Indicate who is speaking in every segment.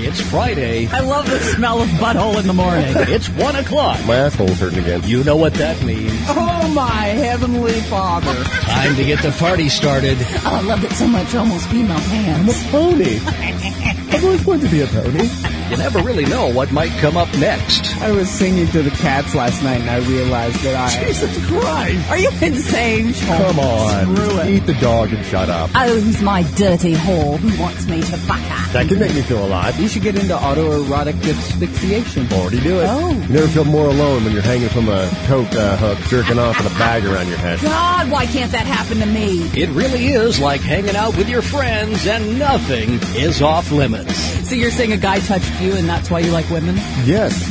Speaker 1: It's Friday.
Speaker 2: I love the smell of butthole in the morning.
Speaker 1: It's 1 o'clock.
Speaker 3: My asshole's hurting again.
Speaker 1: You know what that means.
Speaker 2: Oh my heavenly father.
Speaker 1: Time to get the party started.
Speaker 2: Oh, I love it so much, almost pee my pants.
Speaker 3: Pony. I've always wanted to be a pony.
Speaker 1: You never really know what might come up next.
Speaker 4: I was singing to the cats last night and I realized that I.
Speaker 3: Jesus Christ.
Speaker 2: Are you insane?
Speaker 3: Come on.
Speaker 4: Screw it.
Speaker 3: Eat the dog and shut up.
Speaker 2: Oh, he's my dirty whore who wants me to fuck her.
Speaker 3: That can make me feel alive.
Speaker 4: You should get into autoerotic asphyxiation.
Speaker 3: Already do it.
Speaker 2: Oh.
Speaker 3: You never feel more alone when you're hanging from a coke uh, hook, jerking off with a bag around your head.
Speaker 2: God, why can't that happen to me?
Speaker 1: It really is like hanging out with your friends and nothing is off limits.
Speaker 2: So you're saying a guy touched you and that's why you like women?
Speaker 3: Yes.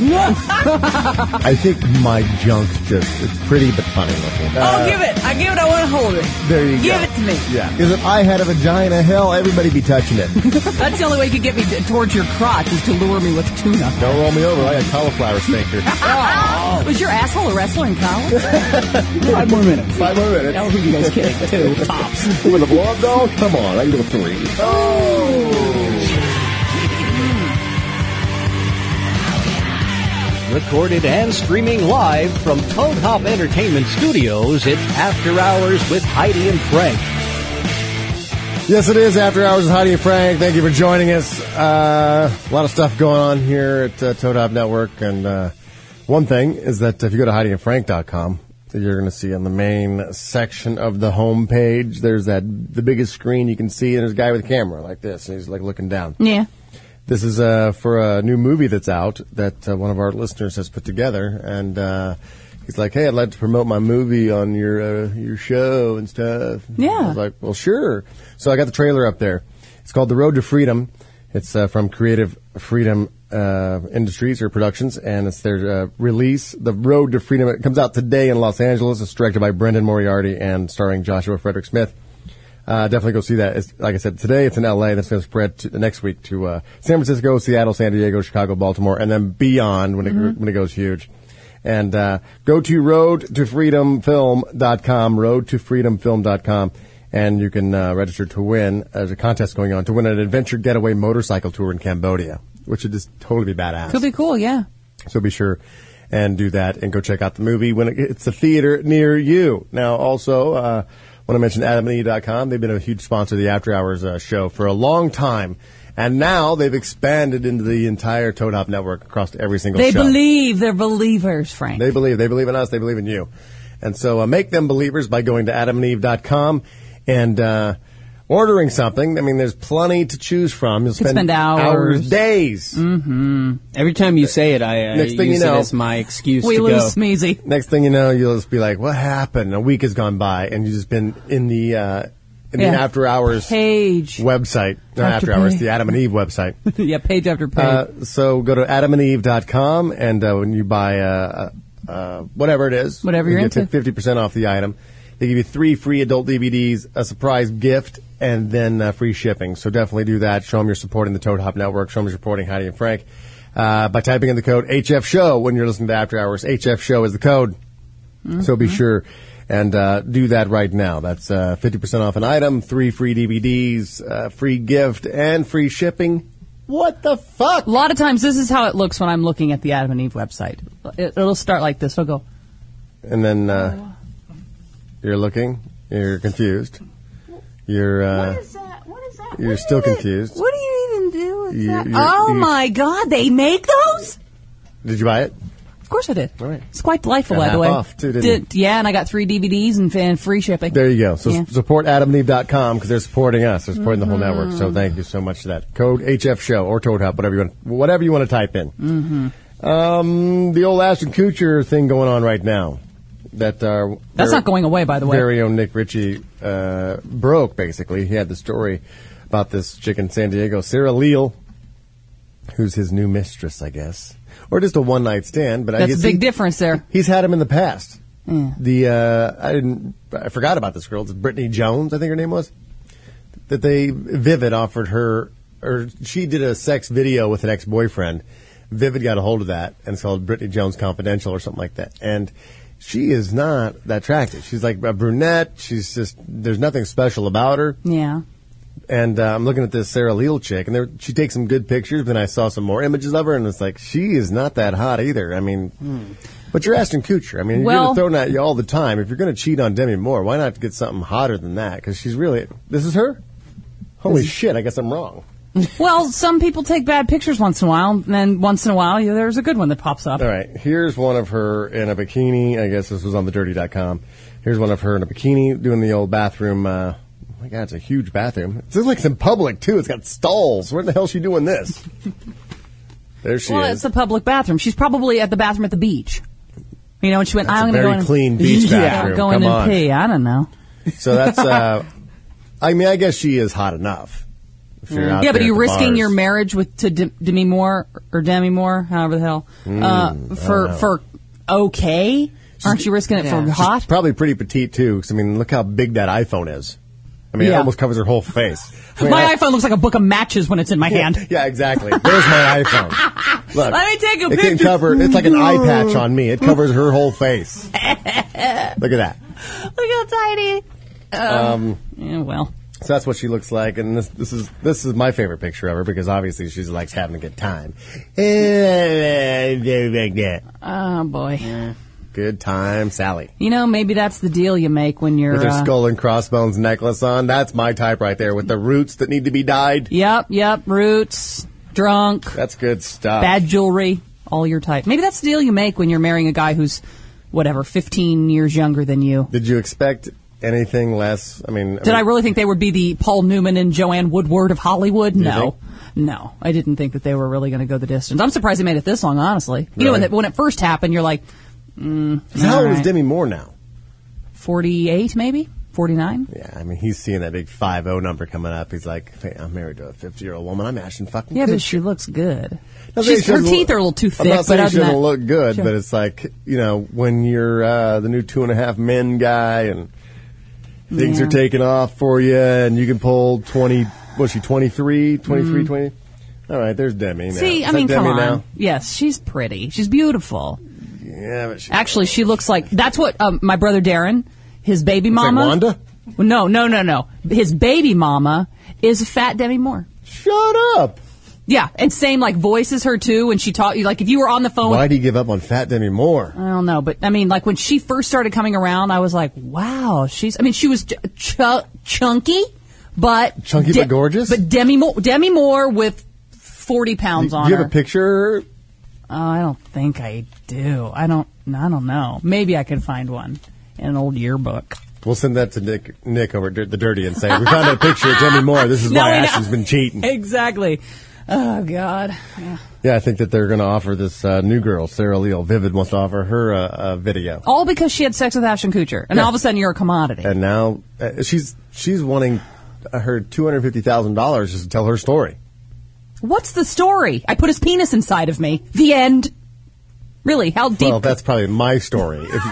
Speaker 3: I think my junk's just, it's pretty but funny looking. Uh,
Speaker 2: oh, give it. I give it. I want to hold it.
Speaker 3: There you
Speaker 2: Give
Speaker 3: go.
Speaker 2: it to me.
Speaker 3: Yeah. Because if I had a vagina, hell, everybody be touching it.
Speaker 2: That's the only way you could get me to, towards your crotch is to lure me with tuna.
Speaker 3: Don't roll me over like a cauliflower stinker.
Speaker 2: Was your asshole a wrestler in college?
Speaker 4: Five more minutes.
Speaker 3: Five more minutes.
Speaker 2: No, you guys kidding. Two tops.
Speaker 3: With a blonde dog? Come on, I can go three. Oh!
Speaker 1: Recorded and streaming live from Toad Hop Entertainment Studios, it's After Hours with Heidi and Frank.
Speaker 3: Yes, it is After Hours with Heidi and Frank. Thank you for joining us. Uh, a lot of stuff going on here at uh, Toad Hop Network. And uh, one thing is that if you go to HeidiandFrank.com, you're going to see on the main section of the homepage, there's that the biggest screen you can see, and there's a guy with a camera like this, and he's like looking down.
Speaker 2: Yeah.
Speaker 3: This is uh, for a new movie that's out that uh, one of our listeners has put together, and uh, he's like, "Hey, I'd like to promote my movie on your uh, your show and stuff."
Speaker 2: Yeah.
Speaker 3: I was like, "Well, sure." So I got the trailer up there. It's called "The Road to Freedom." It's uh, from Creative Freedom uh, Industries or Productions, and it's their uh, release, "The Road to Freedom." It comes out today in Los Angeles. It's directed by Brendan Moriarty and starring Joshua Frederick Smith. Uh, definitely go see that. It's, like I said, today it's in LA, and it's going to spread to, next week to uh, San Francisco, Seattle, San Diego, Chicago, Baltimore, and then beyond when it when it goes huge. And uh, go to roadtofreedomfilm.com, roadtofreedomfilm.com, and you can uh, register to win. There's a contest going on to win an adventure getaway motorcycle tour in Cambodia, which would just totally be badass.
Speaker 2: Could be cool, yeah.
Speaker 3: So be sure and do that and go check out the movie when it- it's a theater near you. Now, also, uh, want to mention adamandeve.com. They've been a huge sponsor of the After Hours uh, show for a long time. And now they've expanded into the entire Toad Hop network across every single
Speaker 2: They
Speaker 3: show.
Speaker 2: believe they're believers, Frank.
Speaker 3: They believe. They believe in us. They believe in you. And so uh, make them believers by going to adamandeve.com and uh, ordering something. I mean, there's plenty to choose from. You'll spend,
Speaker 2: spend hours. Mm-hmm.
Speaker 3: days.
Speaker 4: Mm, Every time you say it, I, I
Speaker 3: Next thing
Speaker 4: use
Speaker 3: you know-
Speaker 4: it as my excuse
Speaker 2: we
Speaker 4: to
Speaker 2: lose
Speaker 4: go.
Speaker 2: Smeezy.
Speaker 3: next thing you know, you'll just be like, "What happened?" A week has gone by, and you've just been in the uh, in
Speaker 2: Yeah.
Speaker 3: the after hours
Speaker 2: Page.
Speaker 3: website, not after
Speaker 2: After
Speaker 3: hours,
Speaker 2: page.
Speaker 3: the Adam and Eve website.
Speaker 2: yeah, page after page.
Speaker 3: Uh, so go to adamandeve.com, and uh, when you buy uh, uh, uh, whatever it is,
Speaker 2: Whatever
Speaker 3: you
Speaker 2: you're
Speaker 3: get
Speaker 2: into.
Speaker 3: fifty percent off the item. They give you three free adult DVDs, a surprise gift, and then uh, free shipping. So definitely do that. Show them you're supporting the Toad Hop Network. Show them you're supporting Heidi and Frank uh, by typing in the code HF Show when you're listening to After Hours. HF Show is the code. So
Speaker 2: Mm-hmm.
Speaker 3: be sure and uh, do that right now. That's uh, 50% off an item, three free DVDs, uh, free gift, and free shipping. What the fuck?
Speaker 2: a lot of times, this is how it looks when I'm looking at the Adam and Eve website. It, it'll start like this. It'll go,
Speaker 3: And then
Speaker 2: Oh,
Speaker 3: uh, you're looking, you're confused, you're uh,
Speaker 2: that? What is that?
Speaker 3: you're still confused.
Speaker 2: What do you even do with
Speaker 3: You-
Speaker 2: that?
Speaker 3: you-
Speaker 2: oh
Speaker 3: you-
Speaker 2: my God, they make those?
Speaker 3: Did you buy it?
Speaker 2: Of course I did.
Speaker 3: All right.
Speaker 2: It's quite delightful,
Speaker 3: Got
Speaker 2: by the
Speaker 3: half
Speaker 2: way.
Speaker 3: off, too, didn't
Speaker 2: yeah, and I got three DVDs and, and free shipping.
Speaker 3: There you go. So
Speaker 2: Yeah.
Speaker 3: s- support AdamandEve.com because they're supporting us. They're supporting the whole network.
Speaker 2: Mm-hmm.
Speaker 3: So thank you so much for that. Code HF Show or Toad Hop, whatever you want, whatever you want to type in. Mm-hmm. Um, the old Ashton Kutcher thing going on right now. That uh,
Speaker 2: That's not going away, by the way.
Speaker 3: Very own Nick Ritchie uh, broke basically. He had the story about this chick in San Diego, Sarah Leal, who's his new mistress, I guess, or just a one night stand. But I
Speaker 2: That's
Speaker 3: guess
Speaker 2: a big
Speaker 3: he-
Speaker 2: difference there.
Speaker 3: He's had him in the past. The uh, I didn't I forgot about this girl. It's Brittany Jones, I think her name was. That they Vivid offered her, or she did a sex video with an ex boyfriend. Vivid got a hold of that, and it's called Brittany Jones Confidential or something like that. And she is not that attractive. She's like a brunette. She's just there's nothing special about her.
Speaker 2: Yeah.
Speaker 3: And uh, I'm looking at this Sarah Leal chick, and there, she takes some good pictures. But then I saw some more images of her, and it's like she is not that hot either. I mean, but you're Ashton Kutcher. I mean,
Speaker 2: Well-
Speaker 3: you're thrown at you all the time. If you're going to cheat on Demi Moore, why not get something hotter than that? Because she's really this is her. Holy shit! I guess I'm wrong.
Speaker 2: Well, some people take bad pictures once in a while, and then once in a while, yeah, there's a good one that pops up.
Speaker 3: All right, here's one of her in a bikini. I guess this was on the dirty.com. Here's one of her in a bikini doing the old bathroom. Uh, oh my God, it's a huge bathroom. It's like it's in public too. It's got stalls. Where the hell is she doing this? There she
Speaker 2: well,
Speaker 3: is.
Speaker 2: it's a public bathroom. She's probably at the bathroom at the beach. You know, and she went,
Speaker 3: That's a
Speaker 2: I'm
Speaker 3: very
Speaker 2: going to go in
Speaker 3: clean
Speaker 2: and,
Speaker 3: beach
Speaker 2: Yeah,
Speaker 3: bathroom.
Speaker 2: go in
Speaker 3: Come
Speaker 2: and
Speaker 3: on.
Speaker 2: pee. I don't know.
Speaker 3: So that's. Uh, I mean, I guess she is hot enough. If you're
Speaker 2: Mm.
Speaker 3: out
Speaker 2: yeah, but
Speaker 3: there
Speaker 2: are you
Speaker 3: at the
Speaker 2: risking
Speaker 3: bars.
Speaker 2: your marriage with to De- Demi Moore or Demi Moore, however the hell,
Speaker 3: Hmm,
Speaker 2: uh, for for okay? Aren't you risking it for
Speaker 4: Yeah.
Speaker 2: hot?
Speaker 3: Probably pretty petite too. 'cause, I mean, look how big that iPhone is. I mean, it
Speaker 2: Yeah.
Speaker 3: almost covers her whole face. I mean,
Speaker 2: My
Speaker 3: I-
Speaker 2: iPhone looks like a book of matches when it's in my hand.
Speaker 3: Yeah, exactly. There's my iPhone. Look,
Speaker 2: Let me take a
Speaker 3: it can
Speaker 2: picture.
Speaker 3: cover. It's like an eye patch on me. It covers her whole face. Look at that.
Speaker 2: Look how tiny.
Speaker 3: Um,
Speaker 2: Yeah, well,
Speaker 3: so that's what she looks like, and this this is this is my favorite picture of her because obviously she likes having a good time. Good
Speaker 2: oh boy.
Speaker 3: time, Sally.
Speaker 2: You know, maybe that's the deal you make when you're.
Speaker 3: With her
Speaker 2: uh,
Speaker 3: skull and crossbones necklace on, that's my type right there. With the roots that need to be dyed,
Speaker 2: Yep, yep. Roots, drunk,
Speaker 3: that's good stuff.
Speaker 2: bad jewelry, all your type. Maybe that's the deal you make when you're marrying a guy who's, whatever, 15 years younger than you.
Speaker 3: Did you expect anything less? I mean,
Speaker 2: Did
Speaker 3: mean,
Speaker 2: I really think they would be the Paul Newman and Joanne Woodward of Hollywood? No.
Speaker 3: think?
Speaker 2: No, I didn't think that they were really going to go the distance. I'm surprised they made it this long, honestly. You know, when,
Speaker 3: Really?
Speaker 2: it, when it first happened, you're like mm,
Speaker 3: How old
Speaker 2: All
Speaker 3: is
Speaker 2: right.
Speaker 3: Demi Moore now?
Speaker 2: 48, maybe? 49?
Speaker 3: Yeah, I mean, he's seeing that big five zero number coming up. He's like, hey, I'm married to a fifty year old woman. I'm Ashton fucking.
Speaker 2: Yeah, but
Speaker 3: Kutcher."
Speaker 2: she looks good.
Speaker 3: Not saying
Speaker 2: She's,
Speaker 3: she
Speaker 2: her
Speaker 3: doesn't
Speaker 2: teeth
Speaker 3: look-
Speaker 2: are a little too thick,
Speaker 3: I'm not
Speaker 2: but
Speaker 3: saying
Speaker 2: other
Speaker 3: she
Speaker 2: than
Speaker 3: doesn't
Speaker 2: that-
Speaker 3: look good,
Speaker 2: Sure.
Speaker 3: but it's like you know when you're uh, the new two and a half men guy and things
Speaker 2: Yeah.
Speaker 3: are taking off for you, and you can pull twenty. Was she 23, 23, 20? All right, there's Demi now.
Speaker 2: Mm. See,
Speaker 3: Is
Speaker 2: I
Speaker 3: that
Speaker 2: mean, come
Speaker 3: Demi
Speaker 2: on.
Speaker 3: now?
Speaker 2: Yes, she's pretty. She's beautiful.
Speaker 3: Yeah, but she,
Speaker 2: Actually, she looks like that's what um, my brother Darren, his baby
Speaker 3: like
Speaker 2: mama.
Speaker 3: Wanda?
Speaker 2: No, no, no, no. His baby mama is fat Demi Moore.
Speaker 3: shut up.
Speaker 2: Yeah, and same like voice as her too. When she taught you, like if you were on the phone,
Speaker 3: Why do you give up on fat Demi Moore?
Speaker 2: I don't know, but I mean, like when she first started coming around, I was like, wow, she's. I mean, she was ch- ch- chunky, but
Speaker 3: Chunky but gorgeous?
Speaker 2: But Demi Moore, Demi Moore with forty pounds
Speaker 3: do
Speaker 2: on
Speaker 3: you
Speaker 2: her.
Speaker 3: have a picture?
Speaker 2: Oh, I don't think I do. I don't. I don't know. Maybe I could find one in an old yearbook.
Speaker 3: We'll send that to Nick, Nick over at the Dirty and say, we found a picture of Demi Moore. This is
Speaker 2: No,
Speaker 3: why
Speaker 2: we know.
Speaker 3: Ashton's been cheating.
Speaker 2: Exactly. Oh God.
Speaker 3: Yeah, I think that they're going to offer this uh, new girl, Sarah Leal. Vivid wants to offer her a, a video.
Speaker 2: All because she had sex with Ashton Kutcher, and all of a sudden you're a commodity.
Speaker 3: And now uh, she's she's wanting uh, her $250,000 just to tell her story.
Speaker 2: What's the story? I put his penis inside of me. The end. Really? How deep?
Speaker 3: Well, that's probably my story. If,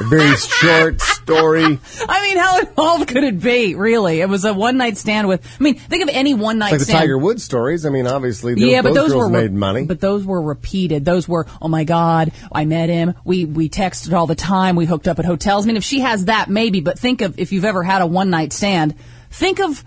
Speaker 3: a very short story.
Speaker 2: I mean, how involved could it be? Really? It was a one night stand with. I mean, think of any one night
Speaker 3: Like the
Speaker 2: stand.
Speaker 3: Tiger Woods stories. I mean, obviously, those,
Speaker 2: yeah, but those,
Speaker 3: those girls
Speaker 2: were re-
Speaker 3: made money.
Speaker 2: But those were repeated. Those were, oh my God, I met him. We we texted all the time. We hooked up at hotels. I mean, if she has that, maybe. But think of if you've ever had a one night stand. Think of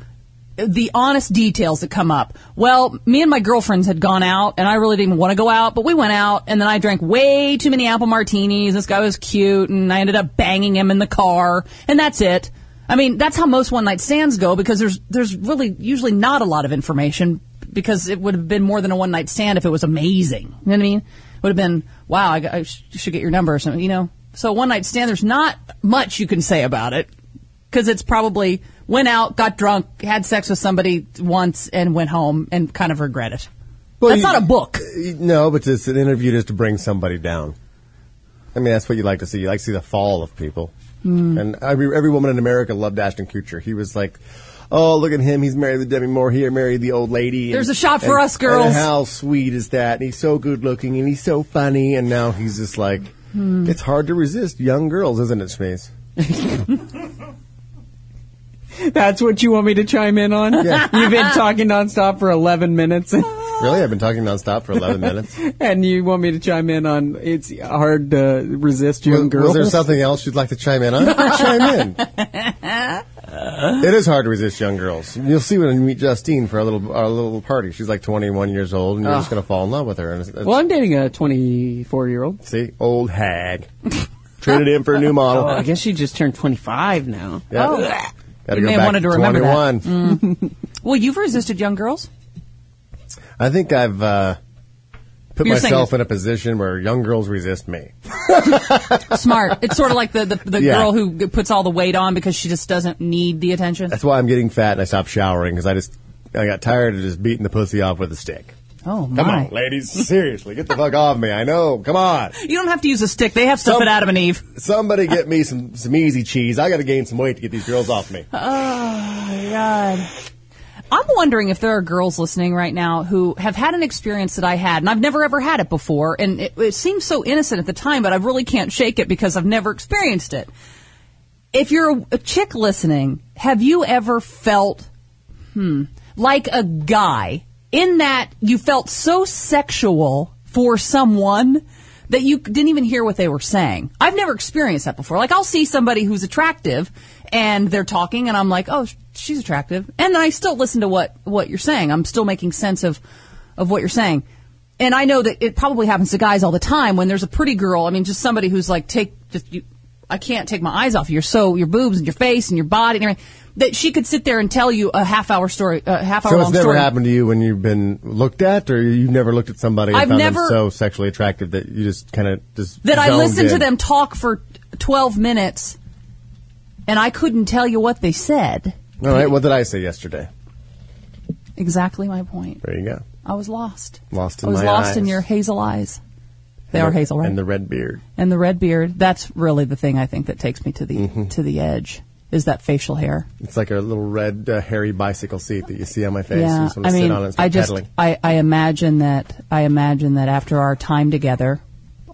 Speaker 2: the honest details that come up. Well, me and my girlfriends had gone out, and I really didn't want to go out, but we went out, and then I drank way too many apple martinis. This guy was cute, and I ended up banging him in the car, and that's it. I mean, that's how most one night stands go because there's there's really usually not a lot of information because it would have been more than a one night stand if it was amazing. You know what I mean? It would have been wow. I, got- I sh- should get your number or something. You know. So one night stand, there's not much you can say about it because it's probably went out, got drunk, had sex with somebody once, and went home and kind of regret it.
Speaker 3: Well,
Speaker 2: That's
Speaker 3: you-
Speaker 2: not a book.
Speaker 3: No, but it's an interview just to bring somebody down. I mean, that's what you like to see. You like to see the fall of people.
Speaker 2: Hmm.
Speaker 3: And every, every woman in America loved Ashton Kutcher. He was like, oh, look at him. He's married to Demi Moore. He married the old lady.
Speaker 2: There's a shot for us, girls.
Speaker 3: and how sweet is that? And he's so good looking and he's so funny. And now he's just like,
Speaker 2: Hmm.
Speaker 3: it's hard to resist young girls, isn't it, Schmace?
Speaker 4: That's what you want me to chime in on?
Speaker 3: Yeah.
Speaker 4: You've been talking nonstop for 11 minutes,
Speaker 3: Really? I've been talking nonstop for 11 minutes.
Speaker 4: and you want me to chime in on it's hard to resist young
Speaker 3: Was,
Speaker 4: girls.
Speaker 3: was there something else you'd like to chime in on? chime in. It is hard to resist young girls. You'll see when you meet Justine for our little our little party. She's like 21 years old, and you're just gonna fall in love with her. And it's, it's-
Speaker 5: Well, I'm dating a 24 year old.
Speaker 3: see, old hag, traded in for a new model.
Speaker 5: Oh, I guess she just turned 25 now.
Speaker 3: Yeah.
Speaker 2: Oh.
Speaker 3: Gotta
Speaker 2: You
Speaker 3: go
Speaker 2: may have
Speaker 3: back
Speaker 2: wanted to remember that. Mm.
Speaker 3: 21.
Speaker 2: Well, you've resisted young girls.
Speaker 3: I think I've uh, put
Speaker 2: You're saying
Speaker 3: myself
Speaker 2: this-
Speaker 3: in a position where young girls resist me.
Speaker 2: Smart. it's sort of like the the, the
Speaker 3: Yeah.
Speaker 2: girl who g- puts all the weight on because she just doesn't need the attention.
Speaker 3: That's why I'm getting fat and I stopped showering because I just I got tired of just beating the pussy off with a stick.
Speaker 2: Oh my!
Speaker 3: Come on, ladies, seriously, get the fuck off me. I know. Come on,
Speaker 2: You don't have to use a stick. They have stuff
Speaker 3: Some-
Speaker 2: at Adam and Eve.
Speaker 3: somebody get me some some easy cheese. I got to gain some weight to get these girls off me.
Speaker 2: Oh, God. I'm wondering if there are girls listening right now who have had an experience that I had, and I've never ever had it before, and it, it seems so innocent at the time, but I really can't shake it because I've never experienced it. If you're a, a chick listening, have you ever felt, hmm, like a guy in that you felt so sexual for someone that you didn't even hear what they were saying? I've never experienced that before. Like I'll see somebody who's attractive and they're talking and I'm like, "Oh, sh- she's attractive." And I still listen to what what you're saying. I'm still making sense of of what you're saying. And I know that it probably happens to guys all the time when there's a pretty girl, I mean just somebody who's like take just you I can't take my eyes off of you. So your boobs and your face and your body and everything. That she could sit there and tell you a half hour story, a half hour
Speaker 3: So it's
Speaker 2: long
Speaker 3: never
Speaker 2: story.
Speaker 3: happened to you when you've been looked at, or you've never looked at somebody and
Speaker 2: I've
Speaker 3: found
Speaker 2: never-
Speaker 3: them so sexually attractive that you just kind of just
Speaker 2: That I
Speaker 3: zoned
Speaker 2: listened to
Speaker 3: in?
Speaker 2: them talk for 12 minutes and I couldn't tell you what they said.
Speaker 3: All right, what did I say yesterday?
Speaker 2: Exactly my point.
Speaker 3: There you go.
Speaker 2: I was lost.
Speaker 3: Lost
Speaker 2: I
Speaker 3: in
Speaker 2: was
Speaker 3: my
Speaker 2: lost in
Speaker 3: eyes.
Speaker 2: your hazel eyes. They are hazel, right?
Speaker 3: And the red beard.
Speaker 2: and the red beard. That's really the thing I think that takes me to the
Speaker 3: Mm-hmm.
Speaker 2: to the edge is that facial hair.
Speaker 3: It's like a little red uh, hairy bicycle seat that you see on my face. You just want to
Speaker 2: I mean,
Speaker 3: sit on it and start
Speaker 2: I just,
Speaker 3: pedaling.
Speaker 2: I, I imagine that, I imagine that after our time together,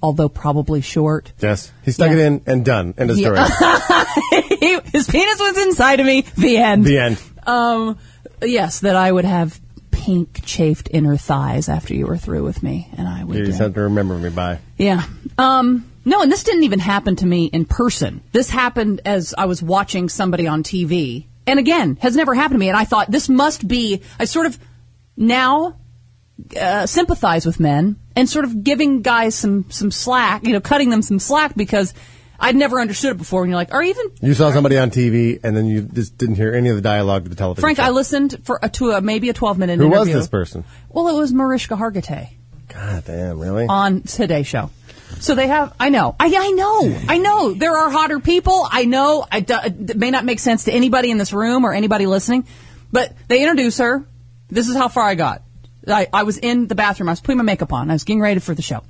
Speaker 2: although probably short,
Speaker 3: Yes, he stuck
Speaker 2: Yeah.
Speaker 3: it in and done. End of story.
Speaker 2: Yeah. he, his penis was inside of me. The end.
Speaker 3: the end.
Speaker 2: Um, yes, that I would have pink chafed inner thighs after you were through with me, and I would.
Speaker 3: You just
Speaker 2: uh,
Speaker 3: have to remember me by.
Speaker 2: Yeah. Um, no, and this didn't even happen to me in person. This happened as I was watching somebody on TV. And again, has never happened to me. And I thought this must be, I sort of now uh, sympathize with men and sort of giving guys some, some slack, you know, cutting them some slack because I'd never understood it before. And you're like, are you even
Speaker 3: You saw somebody on TV and then you just didn't hear any of the dialogue of the television.
Speaker 2: Frank?
Speaker 3: show.
Speaker 2: I listened for a, to a, maybe a 12 minute
Speaker 3: Who
Speaker 2: interview.
Speaker 3: was this person?
Speaker 2: Well, it was Mariska Hargitay.
Speaker 3: God damn, really?
Speaker 2: on Today Show. So they have. I know. I, I know. I know. There are hotter people. I know. I do, it may not make sense to anybody in this room or anybody listening, but they introduce her. This is how far I got. I, I was in the bathroom. I was putting my makeup on. I was getting ready for the show.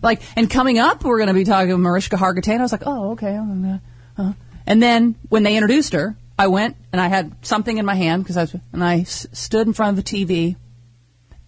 Speaker 2: Like, and coming up, we're going to be talking to Mariska Hargitay. And I was like, oh, okay. I'm gonna- uh. And then when they introduced her, I went and I had something in my hand because I was, and I s- stood in front of the TV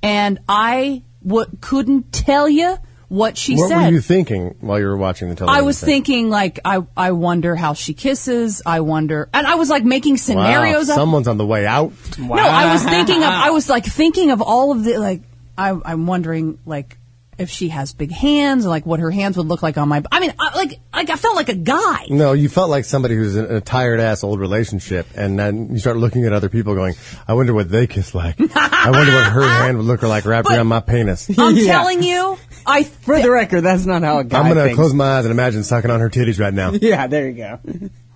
Speaker 2: and I w- couldn't tell you what she
Speaker 3: what
Speaker 2: said.
Speaker 3: were you thinking while you were watching the television?
Speaker 2: I was
Speaker 3: show?
Speaker 2: thinking like I I wonder how she kisses. I wonder, and I was like making
Speaker 3: Wow,
Speaker 2: scenarios up.
Speaker 3: someone's on the way out.
Speaker 2: No, I was thinking of I was like thinking of all of the like I I'm wondering like if she has big hands, like what her hands would look like on my. I mean, I, like like I felt like a guy.
Speaker 3: No, you felt like somebody who's in a tired ass old relationship, and then you start looking at other people, going, "I wonder what they kiss like. I wonder what her hand would look like wrapped
Speaker 2: But-
Speaker 3: around my penis."
Speaker 2: I'm
Speaker 5: Yeah.
Speaker 2: telling you, I
Speaker 5: For the record, that's not how a guy
Speaker 3: I'm gonna
Speaker 5: thinks.
Speaker 3: close my eyes and imagine sucking on her titties right now.
Speaker 5: Yeah, there you go.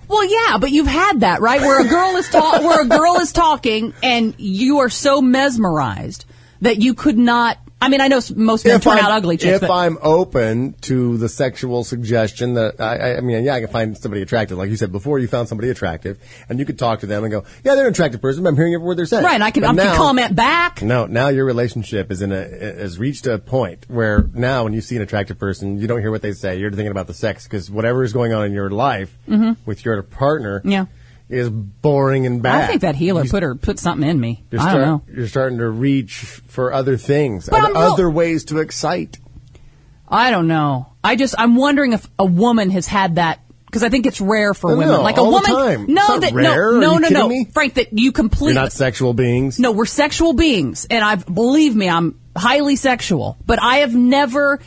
Speaker 2: Well, yeah, but you've had that, right? Where a girl is ta- where a girl is talking, and you are so mesmerized that you could not. I mean, I know s- most men turn
Speaker 3: I'm,
Speaker 2: out ugly chicks,
Speaker 3: if
Speaker 2: but
Speaker 3: I'm open to the sexual suggestion that I, I- I mean, yeah, I can find somebody attractive. Like you said before, you found somebody attractive, and you could talk to them and go, "Yeah, they're an attractive person." But I'm hearing every word they're saying.
Speaker 2: right, and I can,
Speaker 3: But
Speaker 2: I can
Speaker 3: now-
Speaker 2: comment back.
Speaker 3: No, now your relationship is in a has reached a point where now when you see an attractive person, you don't hear what they say. You're thinking about the sex because whatever is going on in your life with your partner,
Speaker 2: Mm-hmm. Yeah.
Speaker 3: is boring and bad.
Speaker 2: I think that healer
Speaker 3: You-
Speaker 2: put her put something in me.
Speaker 3: You're,
Speaker 2: I
Speaker 3: start-
Speaker 2: don't know.
Speaker 3: you're starting to reach for other things,
Speaker 2: But
Speaker 3: other,
Speaker 2: I'm real-
Speaker 3: other ways to excite.
Speaker 2: I don't know. I just I'm wondering if a woman has had that because I think it's rare for
Speaker 3: No,
Speaker 2: women.
Speaker 3: no,
Speaker 2: like a
Speaker 3: all the
Speaker 2: woman,
Speaker 3: time.
Speaker 2: no,
Speaker 3: It's not
Speaker 2: that
Speaker 3: rare. Are
Speaker 2: no, no, no,
Speaker 3: you kidding
Speaker 2: no,
Speaker 3: me?
Speaker 2: Frank, that you
Speaker 3: You're
Speaker 2: completely
Speaker 3: not sexual beings.
Speaker 2: No, we're sexual beings, and I believe me, I'm highly sexual. But I have never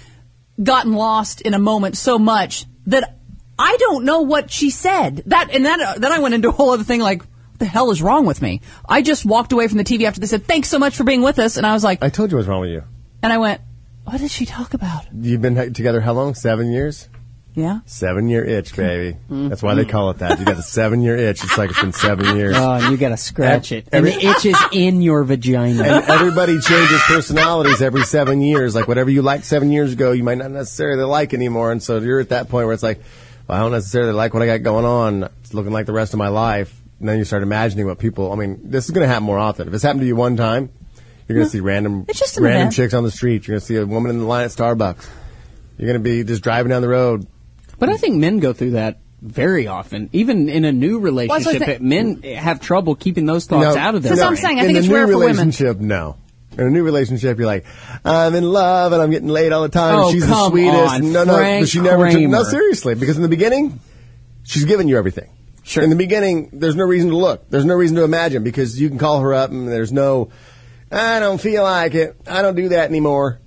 Speaker 2: gotten lost in a moment so much that I don't know what she said. That and that. uh, then I went into a whole other thing like. What the hell is wrong with me? I just walked away from the TV after they said, "Thanks so much for being with us," and I was like,
Speaker 3: I told you what's wrong with you.
Speaker 2: and I went, "What did she talk about?"
Speaker 3: You've been together how long? Seven years?
Speaker 2: Yeah,
Speaker 3: Seven year itch, baby. That's why they call it that. You got the seven year itch. It's like it's been seven years.
Speaker 5: Oh, and you gotta scratch
Speaker 3: Ev-
Speaker 5: it. And the itch is in your vagina.
Speaker 3: And everybody changes personalities every seven years. Like whatever you liked seven years ago, you might not necessarily like anymore. And so you're at that point where it's like, well, I don't necessarily like what I got going on. It's looking like the rest of my life. And then you start imagining what people. I mean, this is going to happen more often. If it's happened to you one time, you're going to see random,
Speaker 2: it's just an
Speaker 3: random
Speaker 2: event.
Speaker 3: chicks on the street. You're going to see a woman in the line at Starbucks. You're going to be just driving down the road.
Speaker 5: But I think men go through that very often. Even in a new
Speaker 2: that's what I
Speaker 5: relationship,
Speaker 2: think.
Speaker 5: men have trouble keeping those thoughts out of their
Speaker 2: That's what I'm
Speaker 5: brain.
Speaker 2: saying. I
Speaker 3: in
Speaker 2: think
Speaker 3: a
Speaker 2: it's
Speaker 3: new
Speaker 2: rare for women.
Speaker 3: relationship, no. In a new relationship, you're like, I'm in love and I'm getting laid all the time.
Speaker 5: Oh,
Speaker 3: and she's the
Speaker 5: come
Speaker 3: sweetest.
Speaker 5: on,
Speaker 3: no, no,
Speaker 5: Frank
Speaker 3: but she never took, no,
Speaker 5: Kramer.
Speaker 3: seriously, because in the beginning, she's giving you everything.
Speaker 5: Sure.
Speaker 3: In the beginning, there's no reason to look. There's no reason to imagine because you can call her up and there's no, I don't feel like it. I don't do that anymore.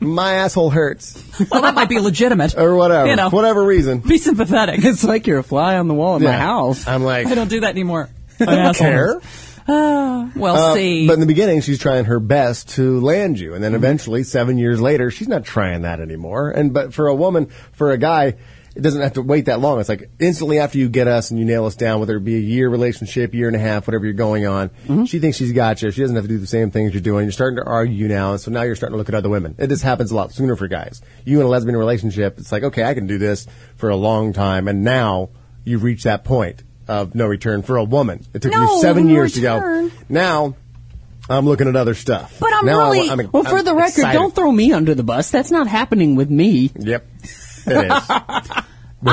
Speaker 3: My asshole hurts
Speaker 2: well, that might be legitimate
Speaker 3: or whatever.
Speaker 2: You know,
Speaker 3: Whatever reason.
Speaker 2: be sympathetic.
Speaker 5: It's like you're a fly on the wall in my
Speaker 3: Yeah.
Speaker 5: house.
Speaker 3: I'm like,
Speaker 2: I don't do that anymore. I
Speaker 3: don't care.
Speaker 2: Well,
Speaker 3: Uh,
Speaker 2: see, Mm-hmm.
Speaker 3: But in the beginning, she's trying her best to land you, and then eventually, seven years later, she's not trying that anymore. And but for a woman, for a guy, it doesn't have to wait that long. It's like instantly after you get us and you nail us down, whether it be a year relationship, year and a half, whatever you're going on,
Speaker 2: Mm-hmm.
Speaker 3: she thinks she's got you. She doesn't have to do the same things you're doing. You're starting to argue now, and so now you're starting to look at other women. It just happens a lot sooner for guys. You in a lesbian relationship, it's like okay, I can do this for a long time, and now you've reached that point. Of no return for a woman. It took
Speaker 2: No,
Speaker 3: you seven
Speaker 2: no
Speaker 3: years
Speaker 2: return.
Speaker 3: to go. Now I'm looking at other stuff.
Speaker 2: But I'm
Speaker 3: Now I
Speaker 2: really-
Speaker 3: wa- I'm-
Speaker 5: Well, for
Speaker 3: I'm
Speaker 5: the record,
Speaker 3: excited.
Speaker 5: don't throw me under the bus. That's not happening with me.
Speaker 3: Yep, it is. Where